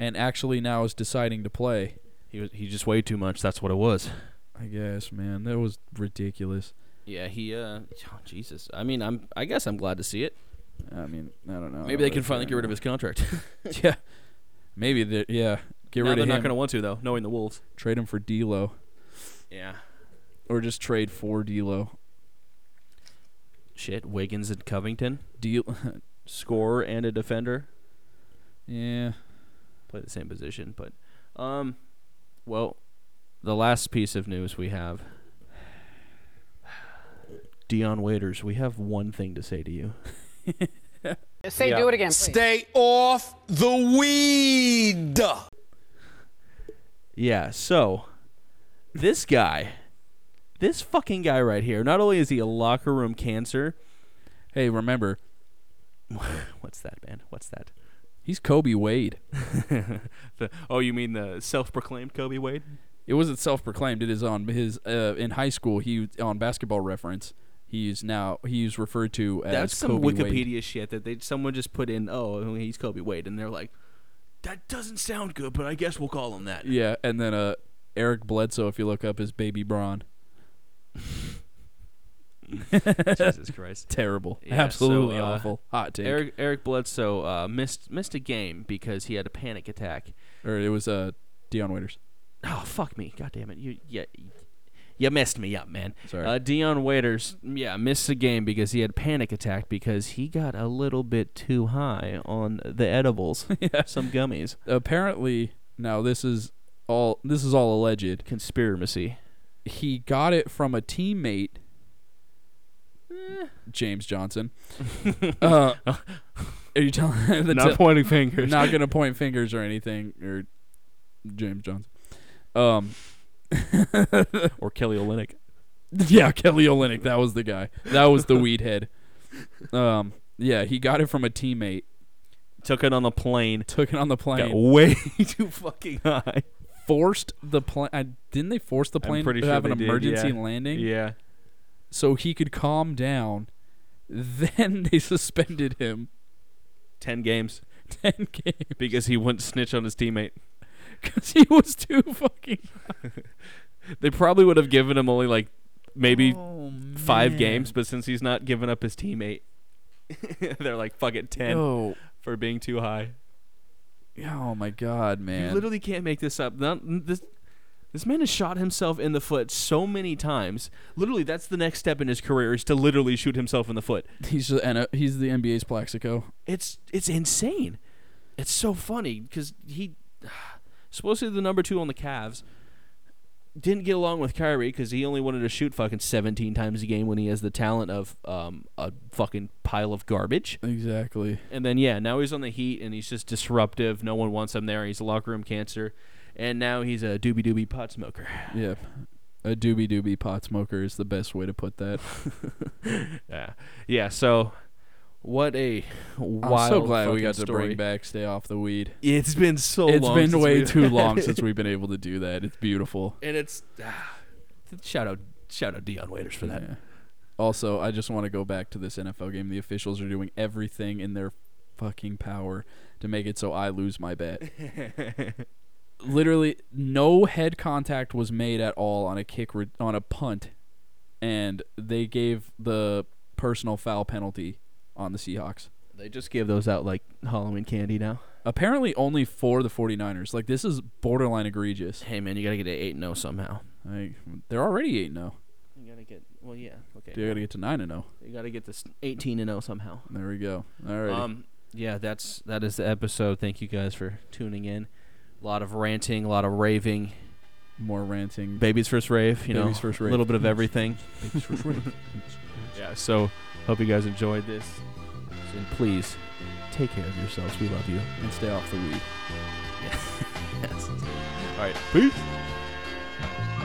C: and actually now is deciding to play.
A: He was he just weighed too much. That's what it was.
C: I guess, man, that was ridiculous.
A: Yeah, he. uh oh, Jesus. I mean, I'm. I guess I'm glad to see it.
C: I mean, I don't know.
A: Maybe they can finally get rid of his contract.
C: his. yeah, maybe they. Yeah, get
A: now
C: rid
A: they're
C: of
A: not
C: him.
A: going to want to though, knowing the Wolves.
C: Trade him for D'Lo,
A: Yeah.
C: or just trade for D'Lo.
A: Shit, Wiggins and Covington,
C: D'Lo.
A: scorer and a defender,
C: yeah.
A: play the same position, but, um, well, the last piece of news we have. Dion Waiters, we have one thing to say to you.
E: Say, do it again. Please.
F: Stay off the weed.
A: Yeah, so this guy, this fucking guy right here, not only is he a locker room cancer,
C: Hey, remember,
A: what's that, man? What's that?
C: he's Kobe Wade.
A: The, oh, you mean the self-proclaimed Kobe Wade?
C: It wasn't self-proclaimed. It is on his uh, in high school. He on basketball reference. He's now he's referred to as
A: That's some
C: Kobe Wade.
A: Wikipedia shit that they someone just put in. Oh, he's Kobe Wade, and they're like, that doesn't sound good, but I guess we'll call him that.
C: Yeah, and then uh, Eric Bledsoe. If you look up, is Baby Braun.
A: Jesus Christ.
C: Terrible.
A: Yeah,
C: Absolutely
A: so, uh,
C: awful. Hot take.
A: Eric Eric Bledsoe uh, missed missed a game because he had a panic attack.
C: or it was uh, Dion Waiters.
A: Oh fuck me, god damn it! You yeah, you messed me up, man.
C: Sorry.
A: Uh, Dion Waiters, yeah, missed the game because he had panic attack because he got a little bit too high on the edibles, some gummies.
C: Apparently, now this is all this is all alleged.
A: Conspiracy.
C: He got it from a teammate, James Johnson. uh, are you telling? the te-
A: pointing fingers.
C: not gonna point fingers or anything or James Johnson. Um,
A: Or Kelly Olynyk.
C: yeah, Kelly Olynyk, that was the guy. That was the weed head. Um, yeah, he got it from a teammate,
A: Took it on the plane.
C: took it on the
A: Got
C: plane,
A: way too fucking high.
C: forced the plane. Didn't they force the plane to
A: pretty sure
C: have an
A: they did,
C: emergency
A: yeah.
C: landing
A: Yeah.
C: so he could calm down? Then they suspended him
A: Ten games
C: ten games
A: because he wouldn't snitch on his teammate.
C: because he was too fucking.
A: They probably would have given him only like maybe
C: Oh,
A: five
C: man.
A: games, but since he's not giving up his teammate, they're like, fuck it, ten
C: Yo.
A: for being too high.
C: Oh my god, man!
A: You literally can't make this up. Not, this this man has shot himself in the foot so many times. Literally, that's the next step in his career is to literally shoot himself in the foot.
C: He's the N- he's the NBA's Plaxico.
A: It's it's insane. It's so funny because he supposedly the number two on the Cavs didn't get along with Kyrie because he only wanted to shoot fucking seventeen times a game when he has the talent of um, a fucking pile of garbage.
C: Exactly.
A: And then yeah, now he's on the Heat and he's just disruptive. No one wants him there. He's a locker room cancer, and now he's a doobie doobie pot smoker.
C: Yep. A doobie doobie pot smoker is the best way to put that.
A: Yeah, yeah. So, what a wild.
C: I'm so glad we
A: fucking
C: got to
A: story.
C: bring back stay off the weed.
A: It's been so.
C: It's
A: long
C: been
A: since
C: way
A: we-
C: too long since we've been able to do that. It's beautiful.
A: And it's ah, shout out Shout out Dion Waiters for that.
C: Yeah. Also, I just want to go back to this NFL game. The officials are doing everything in their fucking power to make it so I lose my bet. Literally, no head contact was made at all on a kick re- on a punt, and they gave the personal foul penalty on the Seahawks.
A: They just give those out like Halloween candy now.
C: Apparently, only for the 49ers. Like this is borderline egregious.
A: Hey man, you gotta get to eight and zero somehow.
C: Like they're already eight eight zero.
A: You gotta get well, yeah, okay.
C: They got to get to nine and zero.
A: You gotta get this eighteen and zero somehow.
C: There we go. All right.
A: Um, yeah, that's that is the episode. Thank you guys for tuning in. A lot of ranting, a lot of raving.
C: More ranting.
A: Baby's first rave, you
C: Baby's
A: know,
C: first
A: a
C: rave.
A: little bit of everything.
C: Baby's first rave.
A: yeah. So hope you guys enjoyed this, and please take care of yourselves. We love you.
C: and stay off the weed.
A: Yes. All right. Peace.